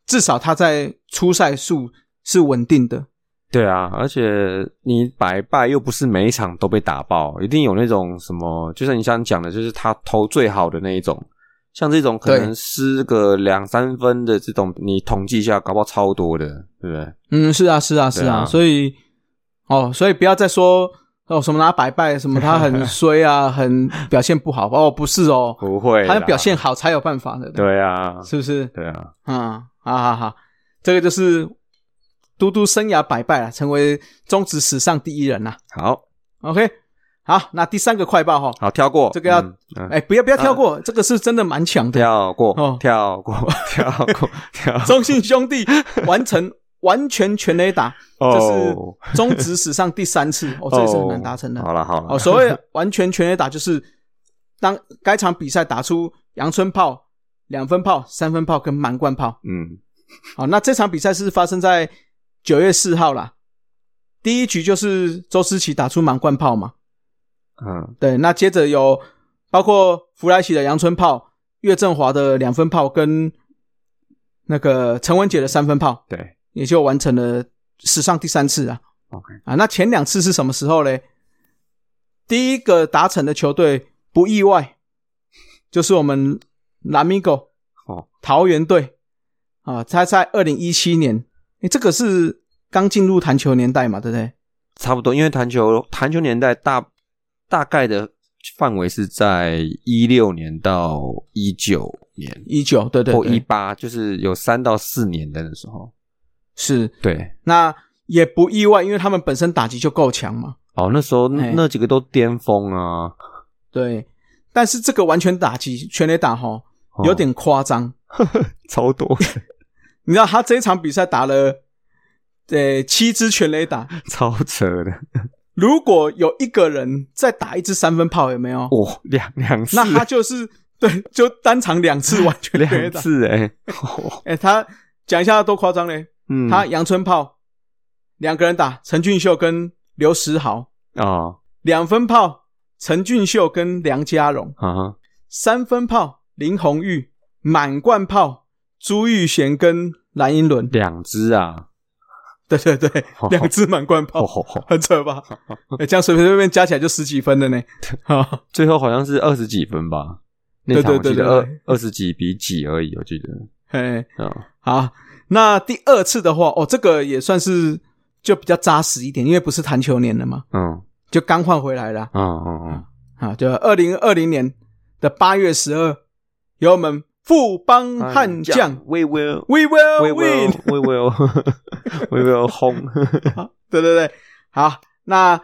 C: 至少他在初赛数是稳定的。
A: 对啊，而且你百败又不是每一场都被打爆，一定有那种什么，就像你想讲的，就是他投最好的那一种，像这种可
C: 对
A: 能失个两三分的这种，你统计一下，搞不好超多的，对不对？
C: 嗯，是啊，是啊，是
A: 对
C: 啊，
A: 啊
C: 所以哦，所以不要再说哦什么拿百败，什么 他很衰啊，很表现不好哦，不是哦，
A: 不会啦，
C: 他要表现好才有办法的，，
A: 对啊，
C: 是不是？
A: 对啊，
C: 嗯，好好好，这个就是嘟嘟生涯百败啊，成为中职史上第一人呐、
A: 好
C: OK，好，那第三个快报哈、
A: 好跳过
C: 这个要
A: 嗯嗯
C: 哎、不要不要跳过，这个是真的蛮强的。
A: 跳过
C: 哦，
A: 跳过，跳过，跳过，
C: 中信兄弟完成完全全垒打，这
A: 哦，
C: 是中职史上第三次，哦，这也是很难达成 的。
A: 好了好了，
C: 哦，所谓完全全垒打就是当该场比赛打出阳春炮、两分炮、三分炮跟满贯炮。
A: 嗯，
C: 好，那这场比赛是发生在九月四号啦。第一局就是周思琪打出满贯炮嘛，
A: 嗯
C: 对，那接着有包括弗莱奇的阳春炮、岳振华的两分炮跟那个陈文杰的三分炮，
A: 对，
C: 也就完成了史上第三次啊。
A: OK
C: 啊，那前两次是什么时候嘞？第一个达成的球队不意外，就是我们拉米狗
A: 哦
C: 桃园队啊，他在二零一七年，诶这个是刚进入弹球年代嘛，对不对？
A: 差不多，因为弹球弹球年代大大概的范围是在一六年到一九年
C: 一九，对对
A: 或
C: 对，
A: 一八，就是有三到四年的那时候。
C: 是
A: 对，
C: 那也不意外，因为他们本身打击就够强嘛。
A: 哦，那时候那
C: 哎
A: 那几个都巅峰 啊，
C: 对，但是这个完全打击全垒打吼
A: 哦
C: 有点夸张。
A: 超多，
C: 你知道他这一场比赛打了呃七支全垒打，
A: 超扯的，
C: 如果有一个人再打一支三分炮，有没有？
A: 哇，两两次，
C: 那他就是对，就单场两次完全全垒
A: 两
C: 打。
A: 次哎、
C: 哎、他讲一下多夸张嘞？
A: 嗯，
C: 他阳春炮两个人打，陈俊秀跟刘石豪；
A: 哦
C: 两分炮陈俊秀跟梁家荣。
A: 啊
C: 三分炮林红玉，满贯炮朱玉贤跟蓝英伦，
A: 两只啊，
C: 对对对，两支满贯
A: 哦
C: 炮，
A: 吼吼，
C: 很扯 吧？欸这样随随便便加起来就十几分了呢。好
A: 最后好像是二十几分吧，那
C: 对
A: 场
C: 对
A: 我记
C: 对
A: 得
C: 对
A: 二
C: 对
A: 二十几比几而已，我记得，
C: 嘿，
A: 嗯，
C: 好，那第二次的话，哦，这个也算是就比较扎实一点，因为不是弹球年了嘛，
A: 嗯
C: 就刚换回来了
A: 嗯嗯嗯，
C: 啊，就二零二零年的八月十二，由我们富邦嗯悍将
A: ，We will
C: ，We
A: 哎 we
C: will
A: will
C: win。
A: we will we will 轰，
C: 对对对，好，那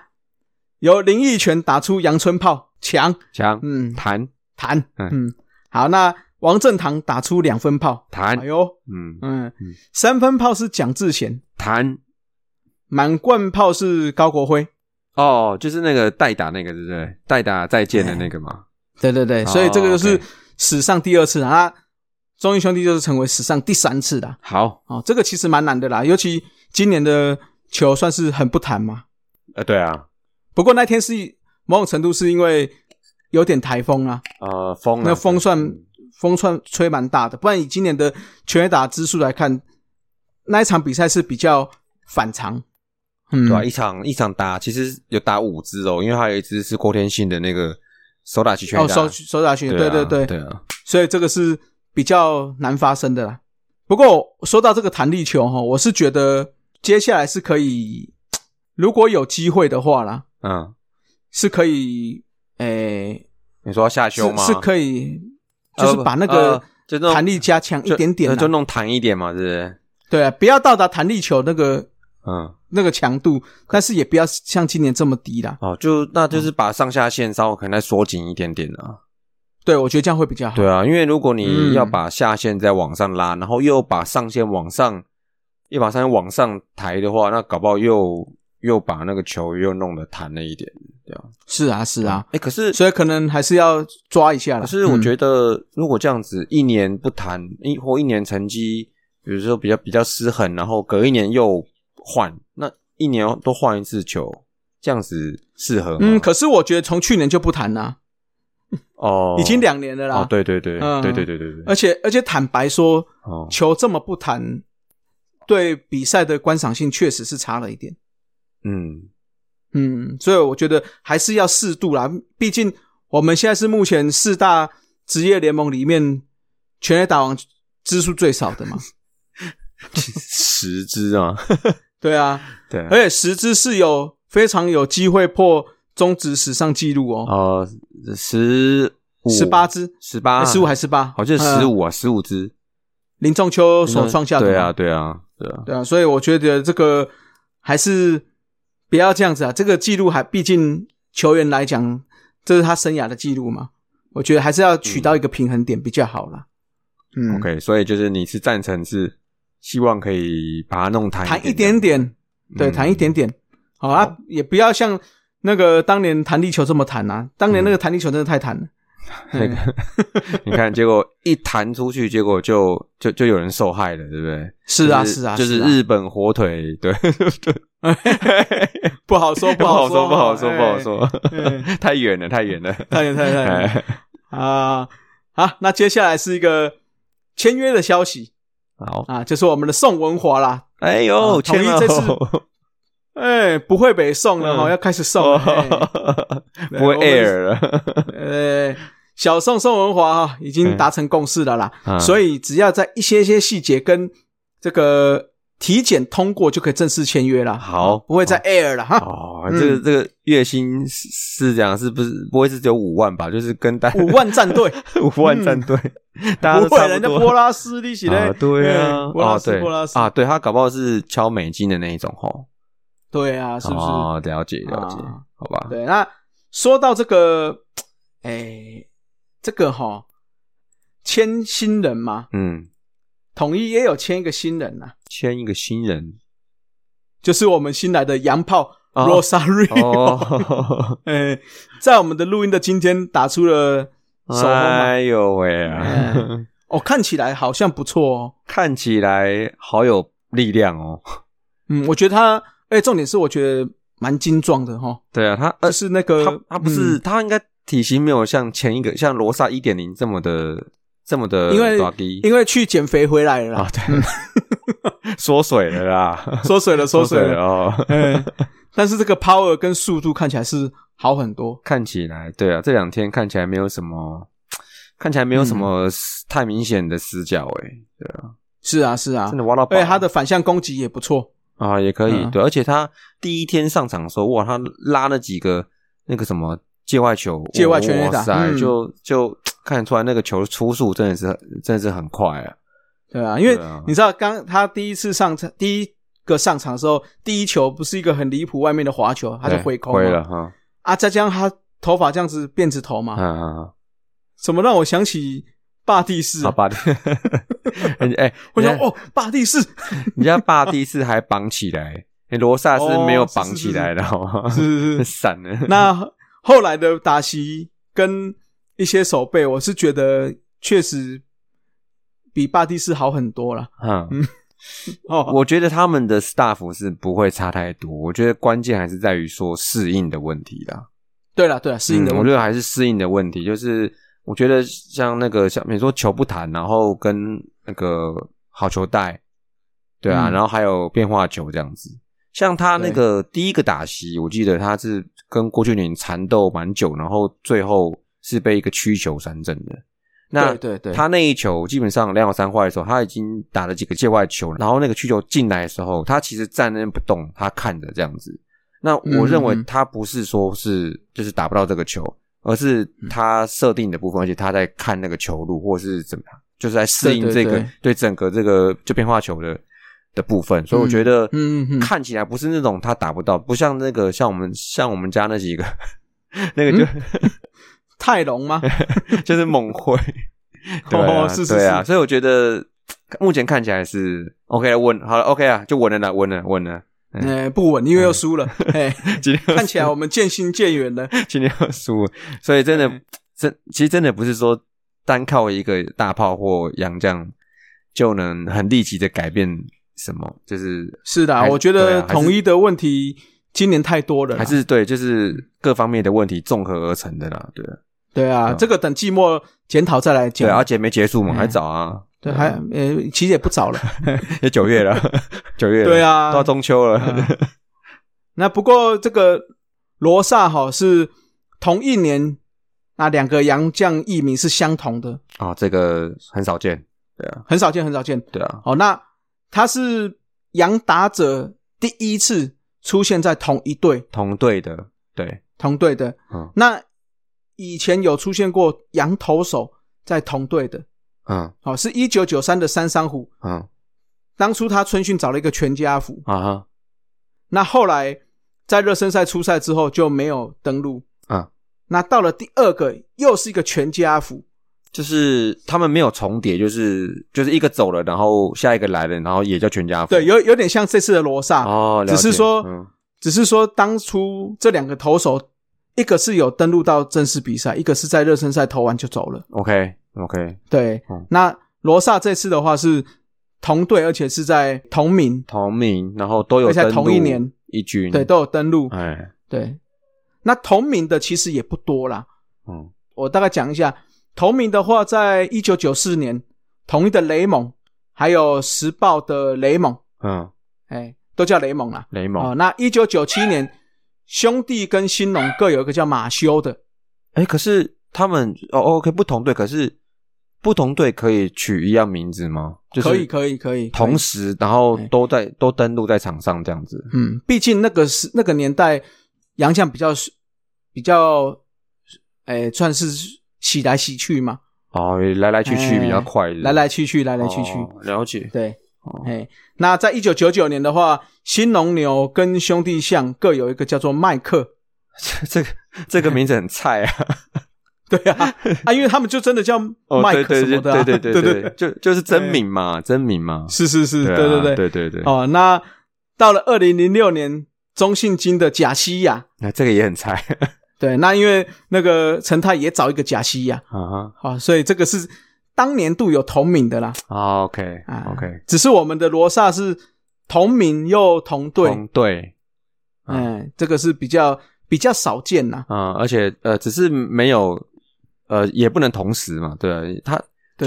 C: 由林奕泉打出阳春炮，强，
A: 强
C: 嗯，
A: 弹
C: 弹，
A: 嗯
C: 嗯，好，那王振堂打出两分炮，
A: 弹
C: 哎，呦，
A: 嗯
C: 嗯，三分炮是蒋志贤，
A: 弹
C: 满贯炮是高国辉，
A: 哦，就是那个代打那个对不对？代打再见的那个嘛，
C: 对对对，所以这个就是史上第二次啊，那中英兄弟就是成为史上第三次的
A: 好，
C: 哦，这个其实蛮难的啦，尤其今年的球算是很不弹嘛，
A: 呃，对啊，
C: 不过那天是某种程度是因为有点台风啊，
A: 呃，风啊
C: 那风算风算吹蛮大的，不然以今年的全垒打支数来看，那一场比赛是比较反常。嗯，
A: 对啊，一场一场打其实有打五支哦，因为还有一支是郭天信的那个手打齐全
C: 哦，
A: 打，
C: 手手打训，对
A: 对啊
C: 对，
A: 对啊，
C: 所以这个是比较难发生的啦。不过说到这个弹力球哈，我是觉得接下来是可以，如果有机会的话啦，
A: 嗯，
C: 是可以，诶、
A: 你说要下修吗？
C: 是是可以，
A: 呃，
C: 就是把那个
A: 呃就那种
C: 弹力加强一点
A: 就
C: 点、
A: 呃
C: 啊
A: 就弄弹一点嘛，是不是？
C: 对啊，不要到达弹力球那个
A: 嗯，
C: 那个强度，但是也不要像今年这么低啦。
A: 哦，就那就是
C: 嗯
A: 把上下限稍微可能再缩紧一点点啊。
C: 对，我觉得这样会比较好。
A: 对啊，因为如果你
C: 嗯
A: 要把下限再往上拉，然后又把上限往上，又把上限往上抬的话，那搞不好又又把那个球又弄得弹了一点。
C: 是啊，是啊，
A: 哎，可是
C: 所以可能还是要抓一下啦。
A: 可是我
C: 嗯
A: 觉得，如果这样子一年不谈，一或一年成绩，比如说比较比较失衡，然后隔一年又换，那一年都换一次球，这样子适合吗？
C: 嗯，可是我觉得从去年就不谈啦，
A: 哦，
C: 已经两年了啦。
A: 哦，对对对
C: 嗯
A: 对对对对对，
C: 而且而且坦白说，
A: 哦，
C: 球这么不弹，对比赛的观赏性确实是差了一点。
A: 嗯，
C: 嗯，所以我觉得还是要适度啦。毕竟我们现在是目前四大职业联盟里面全垒打王支数最少的嘛。
A: 十支啊，
C: 对啊，
A: 对啊，
C: 而且十支是有非常有机会破中职史上纪录哦，
A: 哦，十五
C: 十八支，
A: 十八
C: 哎十五还是八？
A: 啊好像十
C: 嗯。
A: 五啊，十五支
C: 林仲秋所创下的嘛。
A: 对啊对啊对啊，
C: 对啊，所以我觉得这个还是不要这样子啊。这个记录还毕竟球员来讲，这是他生涯的记录嘛。我觉得还是要取到一个平衡点比较好啦。嗯
A: 嗯 OK，所以就是你是赞成是希望可以把它弄弹
C: 谈一
A: 一
C: 点
A: 点，
C: 点，对，
A: 嗯
C: 谈一点点。好啊，也不要像那个当年弹力球这么弹啊。当
A: 嗯
C: 年那个弹力球真的太弹了。
A: 那个 你看，结果一弹出去，结果就就就有人受害了，对不对？
C: 是啊，
A: 就是
C: 啊，
A: 就是
C: 啊
A: 日本火腿， 对对，
C: 不 好说，
A: 不好说，
C: 说，
A: 不好说，不好
C: 哎。嗯
A: 说， 哎太远了，太远了。
C: 太远，太远，太远啊！好，那接下来是一个签约的消息。
A: 好，
C: 啊，就是我们的宋文华啦。
A: 哎
C: 啊
A: 呦，
C: 统
A: 签
C: 一
A: 了哦
C: 这次哎、不会北宋了哈、哦
A: 嗯
C: 要开始送了。哎
A: 哦，
C: 对
A: 不会
C: 我们
A: air 了，
C: 呃，小宋宋文华哈、已经达成共识了啦，
A: 嗯
C: 所以只要在一些些细节跟这个体检通过，就可以正式签约了。
A: 好
C: 不会再 air 了哈。
A: 哦，这
C: 嗯
A: 个这个月薪是是这样，是不是不会是只有五万吧？就是跟大
C: 五万战队，
A: 五万战队，大家都
C: 不会，
A: 差不
C: 人家
A: 多。
C: 波拉斯利起嘞
A: 啊，，对啊
C: 哎，波拉
A: 哦
C: 斯，
A: 对
C: 波拉斯
A: 啊，，对他搞不好是敲美金的那一种吼，
C: 对啊，是不是？
A: 哦，了解了解
C: 啊，
A: 好吧，
C: 对，那说到这个，哎，这个哈、签新人嘛，
A: 嗯，
C: 统一也有签一个新人呐、啊
A: 签一个新 人
C: 就是我们新来的洋炮
A: 哦
C: Rosario，
A: 哦，
C: 呃、在我们的录音的今天打出了首轰嘛，
A: 哎呦喂啊，
C: 嗯哦，看起来好像不错哦，
A: 看起来好有力量哦。
C: 嗯，我觉得他，哎、重点是我觉得蛮精壮的哈、哦，
A: 对啊，他呃
C: 就，是那个
A: 他他不是
C: 嗯
A: 他应该体型没有像前一个像罗萨一点零这么的这么的
C: 因为
A: 大滴
C: 因为去减肥回来了啦，
A: 啊，对，缩水了啦，
C: 缩水了，缩水了，
A: 哦。
C: 嗯，但是这个 power 跟速度看起来是好很多，
A: 看起来，对啊，这两天看起来没有什么，看起来没有什
C: 嗯
A: 么太明显的死角、欸，对啊，
C: 是啊，是啊
A: 真，的挖到宝。
C: 而且他的反向攻击也不错，
A: 啊也可以，
C: 嗯
A: 对，而且他第一天上场的时候，哇，他拉那几个那个什么界外球，
C: 界外全垒打
A: 哇塞，
C: 嗯
A: 就就看得出来那个球出速真的是真的是很快啊，
C: 对啊，因为
A: 对啊
C: 你知道，刚他第一次上场，第一个上场的时候，第一球不是一个很离谱外面的滑球，他就
A: 对
C: 挥空
A: 哎挥了哈，
C: 啊，再加上他头发这样子辫子头嘛，
A: 啊啊，
C: 怎么让我想起霸地士
A: 好
C: 啊？
A: 吧，人 家哎，
C: 我想
A: 人家
C: 哦，霸 地士
A: 人家霸第四还绑起来，欸罗萨是没有
C: 哦是
A: 绑
C: 是
A: 起
C: 是
A: 来的，好吗？
C: 是是 是。
A: 散了，
C: 那后来的打席跟一些手背，我是觉得确实比霸地士好很多了。
A: 嗯。
C: 哦，
A: 我觉得他们的 staff 是不会差太多，我觉得关键还是在于说适应的问题啦。
C: 对了对了，是你的
A: 嗯
C: 问
A: 我
C: 题
A: 觉得还是适应的问题，就是我觉得像那个像比如说球不弹，然后跟那个好球带，对啊，
C: 嗯
A: 然后还有变化球这样子。像他那个第一个打席，我记得他是跟郭俊麟缠斗蛮久，然后最后是被一个曲球三振的。那
C: 对对对，
A: 他那一球基本上两好三坏的时候，他已经打了几个界外球，然后那个曲球进来的时候，他其实站那边不动，他看着这样子。那我认为
C: 嗯嗯嗯
A: 他不是说是就是打不到这个球，而是
C: 嗯
A: 他设定的部分，而且他在看那个球路，或是怎么样，就是在适应
C: 对
A: 这
C: 对
A: 个
C: 对
A: 整个这个就变化球的的部分。所以我
C: 嗯
A: 觉得，
C: 嗯嗯嗯
A: 看起来不是那种他打不到，不像那个像我们像我们家那几个， 那个就、
C: 泰 隆吗？
A: 就是猛 挥。对啊，
C: 哦，是是
A: 对啊，
C: 是，
A: 所以我觉觉得目前看起来是 OK 了，稳好了，OK 啊，就稳了啦，稳了，稳了。
C: 哎，不稳，因为又输了，哎，
A: 今天
C: 看起来我们渐行渐远了。
A: 今天要输，所以真的真其实真的不是说单靠一个大炮或洋将就能很立即的改变什么，就是
C: 是的啊，
A: 还
C: 我觉
A: 对
C: 得
A: 啊还是
C: 统一的问题今年太多了啦，
A: 还是对，啊就是各方面的问题综合而成的啦，对啊
C: 对啊，这个等季末检讨再来
A: 对
C: 讲
A: 啊，而。且没结束嘛，
C: 嗯
A: 还早啊，
C: 对，还呃，其实也 不早了。
A: 也九月了，嗯 九月了
C: 对啊
A: 到中秋了，
C: 嗯那不过这个罗萨哈是同一年，那两个洋将艺名是相同的，
A: 啊，这个很少见，
C: 很少见，很少见。
A: 对啊，
C: 哦，那他是洋打者第一次出现在同一队
A: 同队的，对，
C: 同队的。
A: 嗯
C: 那以前有出现过洋投手在同队的，
A: 嗯
C: 哦，是一九九三的三山虎。
A: 嗯
C: 当初他春训找了一个全家福，
A: 啊哈，
C: 那后来在热身赛出赛之后就没有登陆。
A: 啊，
C: 那到了第二个又是一个全家福，
A: 就是他们没有重叠，就是就是一个走了，然后下一个来了，然后也叫全家福，
C: 对，有有点像这次的罗萨，
A: 哦，了
C: 只
A: 解
C: 是说、
A: 嗯
C: 只是说当初这两个投手，一个是有登陆到正式比赛，一个是在热身赛投完就走了。
A: ，OK OK，
C: 对，
A: 嗯
C: 那罗萨这次的话是同队，而且是在同名，
A: 同名，然后都有
C: 而且
A: 登
C: 同
A: 陆
C: 一年
A: 一军，
C: 对，，都有登陆。
A: 哎，
C: 对，那同名的其实也不多啦，
A: 嗯
C: 我大概讲一下，同名的话，在一九九四年，同一的雷蒙，还有时报的雷蒙，
A: 嗯，
C: 哎，都叫雷蒙啦。
A: 雷
C: 哦，
A: 蒙，
C: 那一九九七年，兄弟跟兴隆各有一个叫马修的，
A: 哎，可是他们哦哦 OK 不同队，可是不同队可以取一样名字吗？就是
C: 可以，可以，可以。可以
A: 同，时，然后
C: 哎
A: 都在都登录在场上这样子，
C: 嗯，毕竟那个是那个年代，洋将比较比较，哎，算是洗来洗去嘛，
A: 哦，来来去去比较快，
C: 哎来来去去，来来去去。
A: 哦了解，
C: 对，
A: 哦
C: 哎，那在一九九九年的话，新龙牛跟兄弟象各有一个叫做麦克。
A: 这个这个名字很菜啊，
C: 对啊，啊，因为他们就真的叫
A: 哦，
C: 麦
A: 对
C: 克
A: 对
C: 什么
A: 对
C: 的啊、
A: 对对对
C: 对
A: 对对，就就是真名嘛，真名嘛，
C: 是是是，对
A: 啊
C: 对
A: 对
C: 对。
A: 对对，
C: 哦，那到了二零零六年，中信金的贾西亚，
A: 那这个也很菜
C: 对，那因为那个陈泰也找一个贾西亚，
A: 啊哈
C: 好、所以这个是当年度有同名的啦。
A: 啊，OK
C: 啊
A: OK，
C: 只是我们的罗萨是同名又同队，
A: 同啊队，
C: 嗯，这个是比较比较少见呐。
A: 嗯，而且呃，只是没有呃，也不能同时嘛，对啊，他
C: 对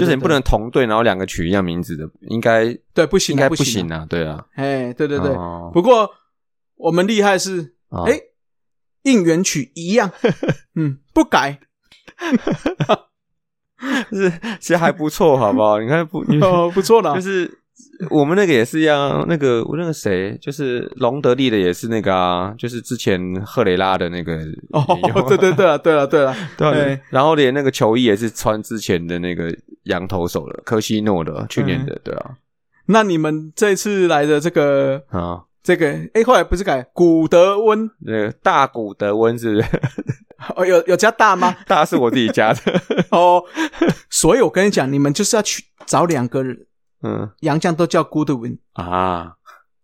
A: 就是
C: 对
A: 你不
C: 对
A: 能同队，然后两个取一样名字的，应该
C: 对，不行啊，
A: 应该
C: 不
A: 不
C: 行啊
A: 行啊，对啊，
C: 哎，对对对。
A: 哦
C: 不过我们厉害是，
A: 哦
C: 哎、应援曲一样，嗯，不改
A: 是其实还不错，好不好？你看 不，你
C: 哦，不错啦。
A: 就是我们那个也是一样啊，那个我那个谁，就是隆德利的也是那个啊，就是之前赫雷拉的那个
C: 哦
A: 也有啊，
C: 对对对了，对了对了，
A: 对
C: 对
A: 啊，然后连那个球衣也是穿之前的那个羊头手的科西诺
C: 嗯
A: 的，去年的，对啊，
C: 那你们这次来的这个
A: 啊，
C: 这个，哎，后来不是改古德温，
A: 那个大古德温是 不是？
C: 哦，有有加 大吗？
A: 大是我自己加的，
C: 哦，所以我跟你讲，你们就是要去找两个人，
A: 嗯
C: 洋将都叫 Goodwin，
A: 啊，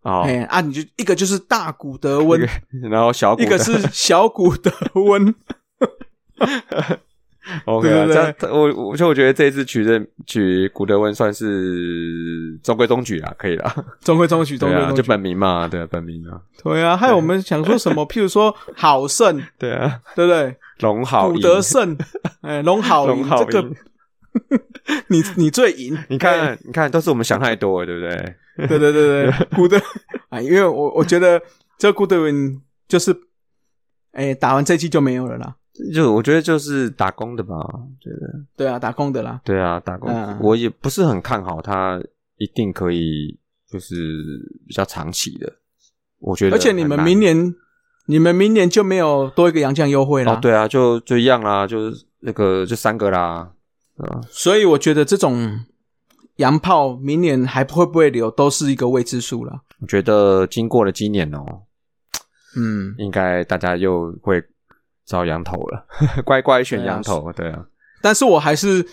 A: 哦，
C: 哎啊，你就一个就是大古德温
A: 一，然后小古
C: 一个
A: 德
C: 是小古德温，
A: OK
C: 对
A: 啊，
C: 对对
A: 这样这我我就我觉得这一次取的取古德温算是中规中矩啊，可以啦。
C: 中规中矩，中
A: 对
C: 规
A: 啊，
C: 中
A: 就
C: 矩。
A: 本名嘛，对啊，本名啊，
C: 对啊，还有我们想说 什么？譬如说好胜，
A: 对啊，
C: 对不对？
A: 龙好
C: 古
A: 赢
C: 德胜，哎，龙好
A: 龙
C: 赢，
A: 好
C: 这
A: 赢，
C: 个 你你最赢。
A: 你看你看，都是我们想太多了，对不对？
C: 对，对对对 对，古德 啊，因为我我觉得这古德文就是，哎，打完这季就没有了啦。
A: 就我觉得就是打工的吧，觉得
C: 对啊，打工的啦。
A: 对啊，打工、
C: 嗯
A: 我也不是很看好他一定可以就是比较长期的，我觉得
C: 而且
A: 很
C: 你们
A: 难
C: 明年你们明年就没有多一个洋将优惠了、
A: 哦，对啊，就就一样啦，就是那个就三个啦，
C: 所以我觉得这种洋炮明年还会不会留，都是一个未知数了。
A: 我觉得经过了今年哦，
C: 嗯，
A: 应该大家又会找羊头了， 乖乖选羊头，对啊，
C: 但是我还是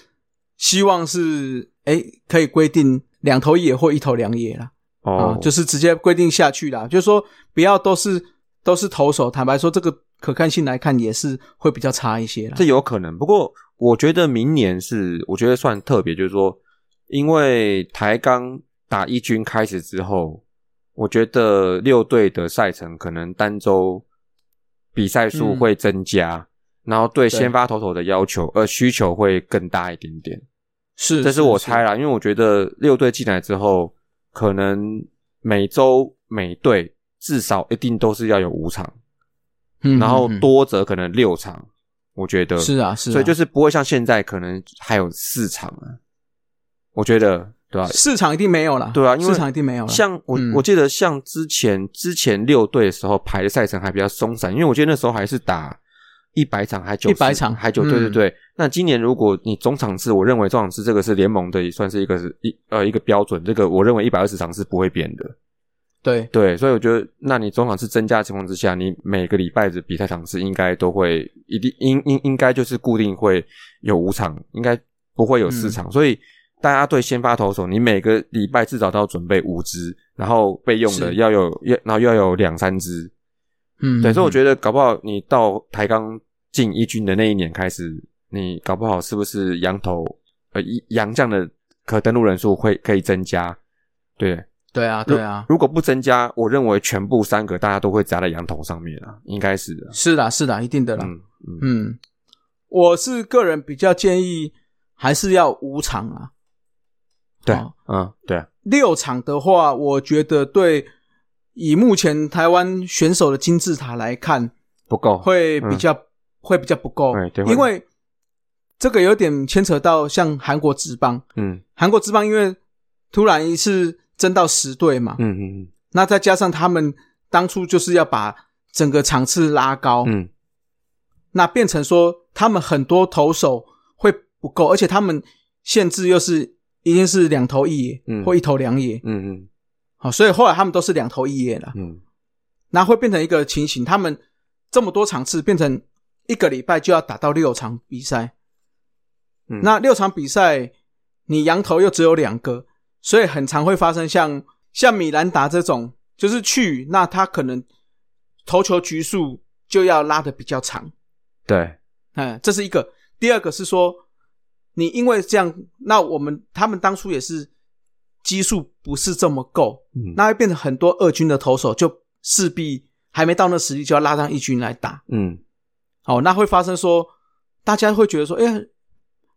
C: 希望是哎，可以规定两头野或一头两野啦，啊、
A: 哦，
C: 就是直接规定下去啦，就是说不要都是都是投手，坦白说，这个可看性来看也是会比较差一些啦
A: 这。有可能。不过我觉得明年是，我觉得算特别，就是说，因为台钢打一军开始之后，我觉得六队的赛程可能单周比赛数
C: 嗯
A: 会增加，然后对
C: 对
A: 先发投手的要求呃需求会更大一点点。
C: 是，
A: 这是我猜啦，因为我觉得六队进来之后，可能每周每队至少一定都是要有五场，
C: 嗯，
A: 然后
C: 嗯嗯
A: 多则可能六场，我觉得
C: 是啊，是啊，
A: 所以就是是不会像现在可能还有四场啊，我觉得对吧、
C: 市场一定没有啦，
A: 啊对啊因为
C: 市场一定没有啦。
A: 像我、
C: 嗯
A: 我记得像之前之前六队的时候排的赛程还比较松散，因为我记得那时候还是打一百场还九
C: 100场
A: 还九
C: 嗯
A: 对对对。那今年如果你总场次，我认为总场次这个是联盟的也算是一个是一呃一个标准，这个我认为一百二十场是不会变的。
C: 对，
A: 对，所以我觉得，那你总场次增加的情况之下，你每个礼拜的比赛场次应该都会一定应应应该就是固定会有五场，应该不会有
C: 嗯
A: 四场，所以大家对先发投手，你每个礼拜至少都要准备五支，然后备用的
C: 是
A: 要有，要然后要有两三支，
C: 嗯，
A: 对，所以我
C: 得
A: 觉得搞不好你到台钢进一军的那一年开始，你搞不好是不是羊头呃一洋将的可登录人数会可以增加，对，
C: 对啊，对啊，
A: 如果不增加，我认为全部三个大家都会砸在羊头上面啊，应该是的。
C: 是啦，是啦，一定的啦。
A: 嗯嗯，
C: 嗯，我是个人比较建议还是要五场啊。
A: 对
C: 哦，
A: 嗯对啊，
C: 六场的话，我觉得对以目前台湾选手的金字塔来看，
A: 不够。
C: 会比较、会比较不够
A: 嗯哎对，会
C: 因为这个有点牵扯到像韩国职棒，
A: 嗯
C: 韩国职棒因为突然一次增到十队嘛，
A: 嗯嗯
C: 那再加上他们当初就是要把整个场次拉高，
A: 嗯嗯，
C: 那变成说他们很多投手会不够，而且他们限制又是一定是两头一野、
A: 嗯
C: 或一头两野，
A: 嗯嗯
C: 好、所以后来他们都是两头一野了，
A: 嗯
C: 那会变成一个情形，他们这么多场次变成一个礼拜就要打到六场比赛，
A: 嗯，
C: 那六场比赛你羊头又只有两个，所以很常会发生像像米兰达这种，就是去那他可能投球局数就要拉的比较长。
A: 对，
C: 嗯，这是一个。第二个是说，你因为这样，那我们他们当初也是基数不是这么够，
A: 嗯
C: 那会变成很多二军的投手就势必还没到那实力就要拉上一军来打。
A: 嗯
C: 哦，那会发生说，大家会觉得说，哎、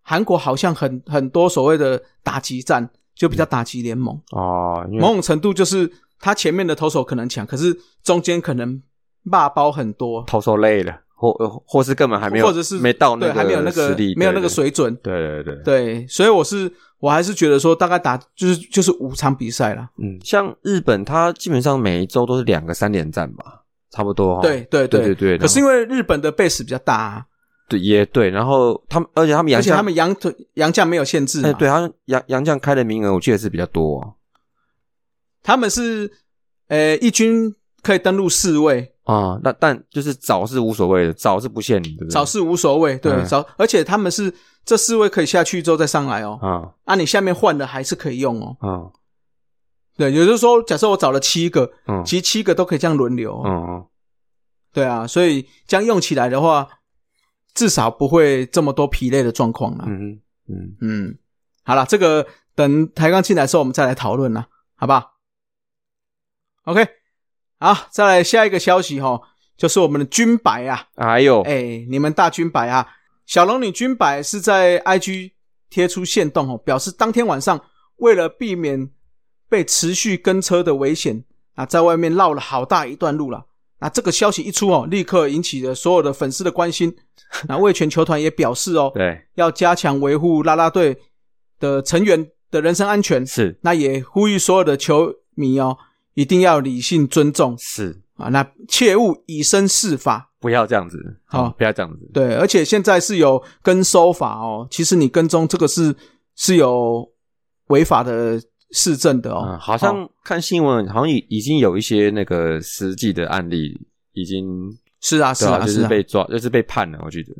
C: 韩国好像很很多所谓的打击战，就比较打击联盟，
A: 哦，因
C: 某
A: 为
C: 种程度就是他前面的投手可能强，可是中间可能骂包很多，
A: 投手累了，或呃或是根本还没有，
C: 或者是
A: 没到那
C: 对
A: 个
C: 还没有那个
A: 实力，
C: 没有那个
A: 对
C: 水准，
A: 对对对对。
C: 对，所以我是我还是觉得说，大概打就是就是五场比赛啦。
A: 嗯，像日本，它基本上每一周都是两个三连战吧，差不多哈。
C: 对对
A: 哦对
C: 对
A: 对。
C: 可是
A: 然后
C: 因为日本的 base 比较大、啊，
A: 对也对，然后他们，而且他们
C: 而
A: 洋
C: 且
A: 将，
C: 他们洋腿洋将没有限制嘛，
A: 哎，对，他们洋洋将开的名额，我记得是比较多哦
C: 他们是呃一军可以登录四位，
A: 啊，那但就是早是无所谓的，早是不限你，对不对？
C: 早是无所谓，对
A: 嗯
C: 早，而且他们是这四位可以下去之后再上来哦，
A: 啊
C: 啊，你下面换的还是可以用哦，
A: 啊
C: 对，也就是说，假设我找了七个，
A: 嗯
C: 其实七个都可以这样轮流哦，
A: 嗯嗯
C: 对啊，所以这样用起来的话，至少不会这么多疲累的状况啊啦。
A: 嗯嗯，
C: 嗯，好了，这个等台钢进来的时候，我们再来讨论啦，好不好？OK，好，再来下一个消息哈、就是我们的军白啊，
A: 哎呦，
C: 哎、你们大军白啊，小龙女军白是在 IG 贴出限动哦，表示当天晚上为了避免被持续跟车的危险啊，在外面绕了好大一段路了。那这个消息一出哦，立刻引起了所有的粉丝的关心。那魏全球团也表示 哦，
A: 对，
C: 要加强维护啦啦队的成员的人身安全。
A: 是
C: 那也呼吁所有的球迷哦，一定要理性尊重
A: 是，
C: 啊，那切勿以身试法。
A: 不要这样子，嗯
C: 好
A: 不要这样子，
C: 对，而且现在是有跟收法哦，其实你跟踪这个是是有违法的市政的哦。
A: 嗯，好
C: 哦
A: 像看新闻，好像已已经有一些那个实际的案例，已经
C: 是啊，是
A: 对啊，
C: 啊，
A: 就是是
C: 啊，
A: 被抓，就是被判了，我记得，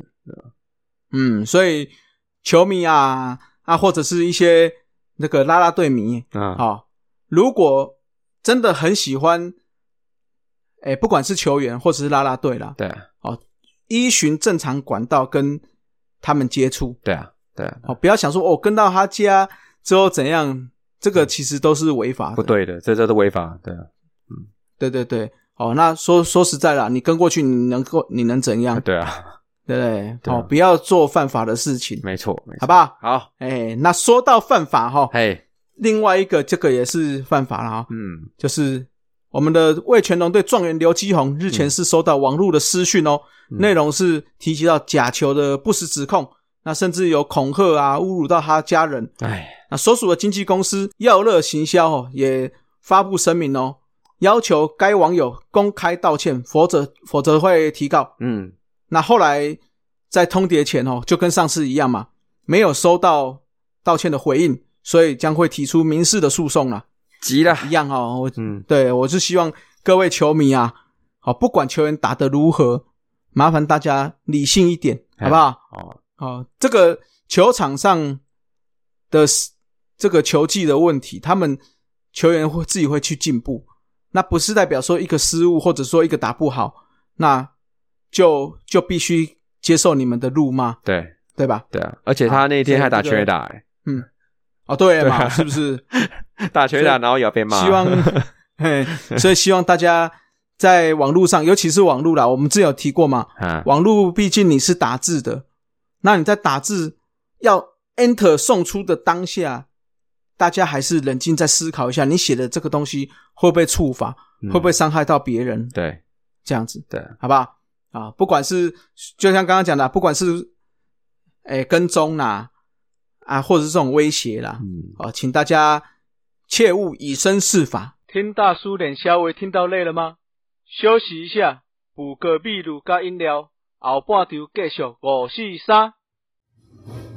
C: 嗯，所以球迷啊啊，或者是一些那个啦啦队迷
A: 嗯，
C: 啊、哦，如果真的很喜欢，哎，不管是球员或者是啦啦队啦，哦
A: 对啊，
C: 依循正常管道跟他们接触
A: 对啊，对啊，
C: 哦，不要想说哦，跟到他家之后怎样，这个其实都是违法的。
A: 嗯不，对的，这这都违法，对啊，
C: 对对对。哦，那说说实在啦，你跟过去，你能够你能怎样？
A: 对啊，
C: 对不对？
A: 对啊嗯
C: 哦，不要做犯法的事情，
A: 没错，没错
C: 好不好？
A: 好，
C: 哎，那说到犯法哈、哦，
A: 嘿，
C: 另外一个这个也是犯法了哈、哦，
A: 嗯，
C: 就是我们的味全龙队状元刘基宏日前是收到网络的私讯哦，内容是提及到假球的不实指控，那甚至有恐吓啊、侮辱到他家人。
A: 哎，
C: 那所属的经纪公司耀乐行销哦也发布声明哦，要求该网友公开道歉，否则否则会提告。
A: 嗯，
C: 那后来在通牒前哦，就跟上次一样嘛，没有收到道歉的回应，所以将会提出民事的诉讼啦。
A: 急了，
C: 一样哦，我
A: 嗯，
C: 对我是希望各位球迷啊，好，不管球员打得如何，麻烦大家理性一点，
A: 哎
C: 好不好？
A: 哦，
C: 好，这个球场上的 s- 这个球技的问题，他们球员会自己会去进步，那不是代表说一个失误或者说一个打不好，那就就必须接受你们的辱骂，
A: 对，
C: 对吧？
A: 对啊，而且他那天还打全垒打，哎
C: 哦，对
A: 对
C: 嘛，
A: 啊
C: 是不是？
A: 打全垒打，然后也要被骂，
C: 希望，嘿，所以希望大家在网络上，尤其是网络啦，我们之前有提过嘛，
A: 啊，
C: 网络毕竟你是打字的，那你在打字要 enter 送出的当下，大家还是冷静再思考一下，你写的这个东西会不会触法，
A: 嗯
C: 会不会伤害到别人，
A: 对，
C: 这样子，
A: 对，
C: 好不好？啊，不管是就像刚刚讲的，不管是哎、跟踪啦，啊，或者是这种威胁啦，
A: 嗯，
C: 哦，请大家切勿以身试法。听大叔脸稍微听到累了吗？休息一下，补个秘鲁加饮料，后半场继续五四三。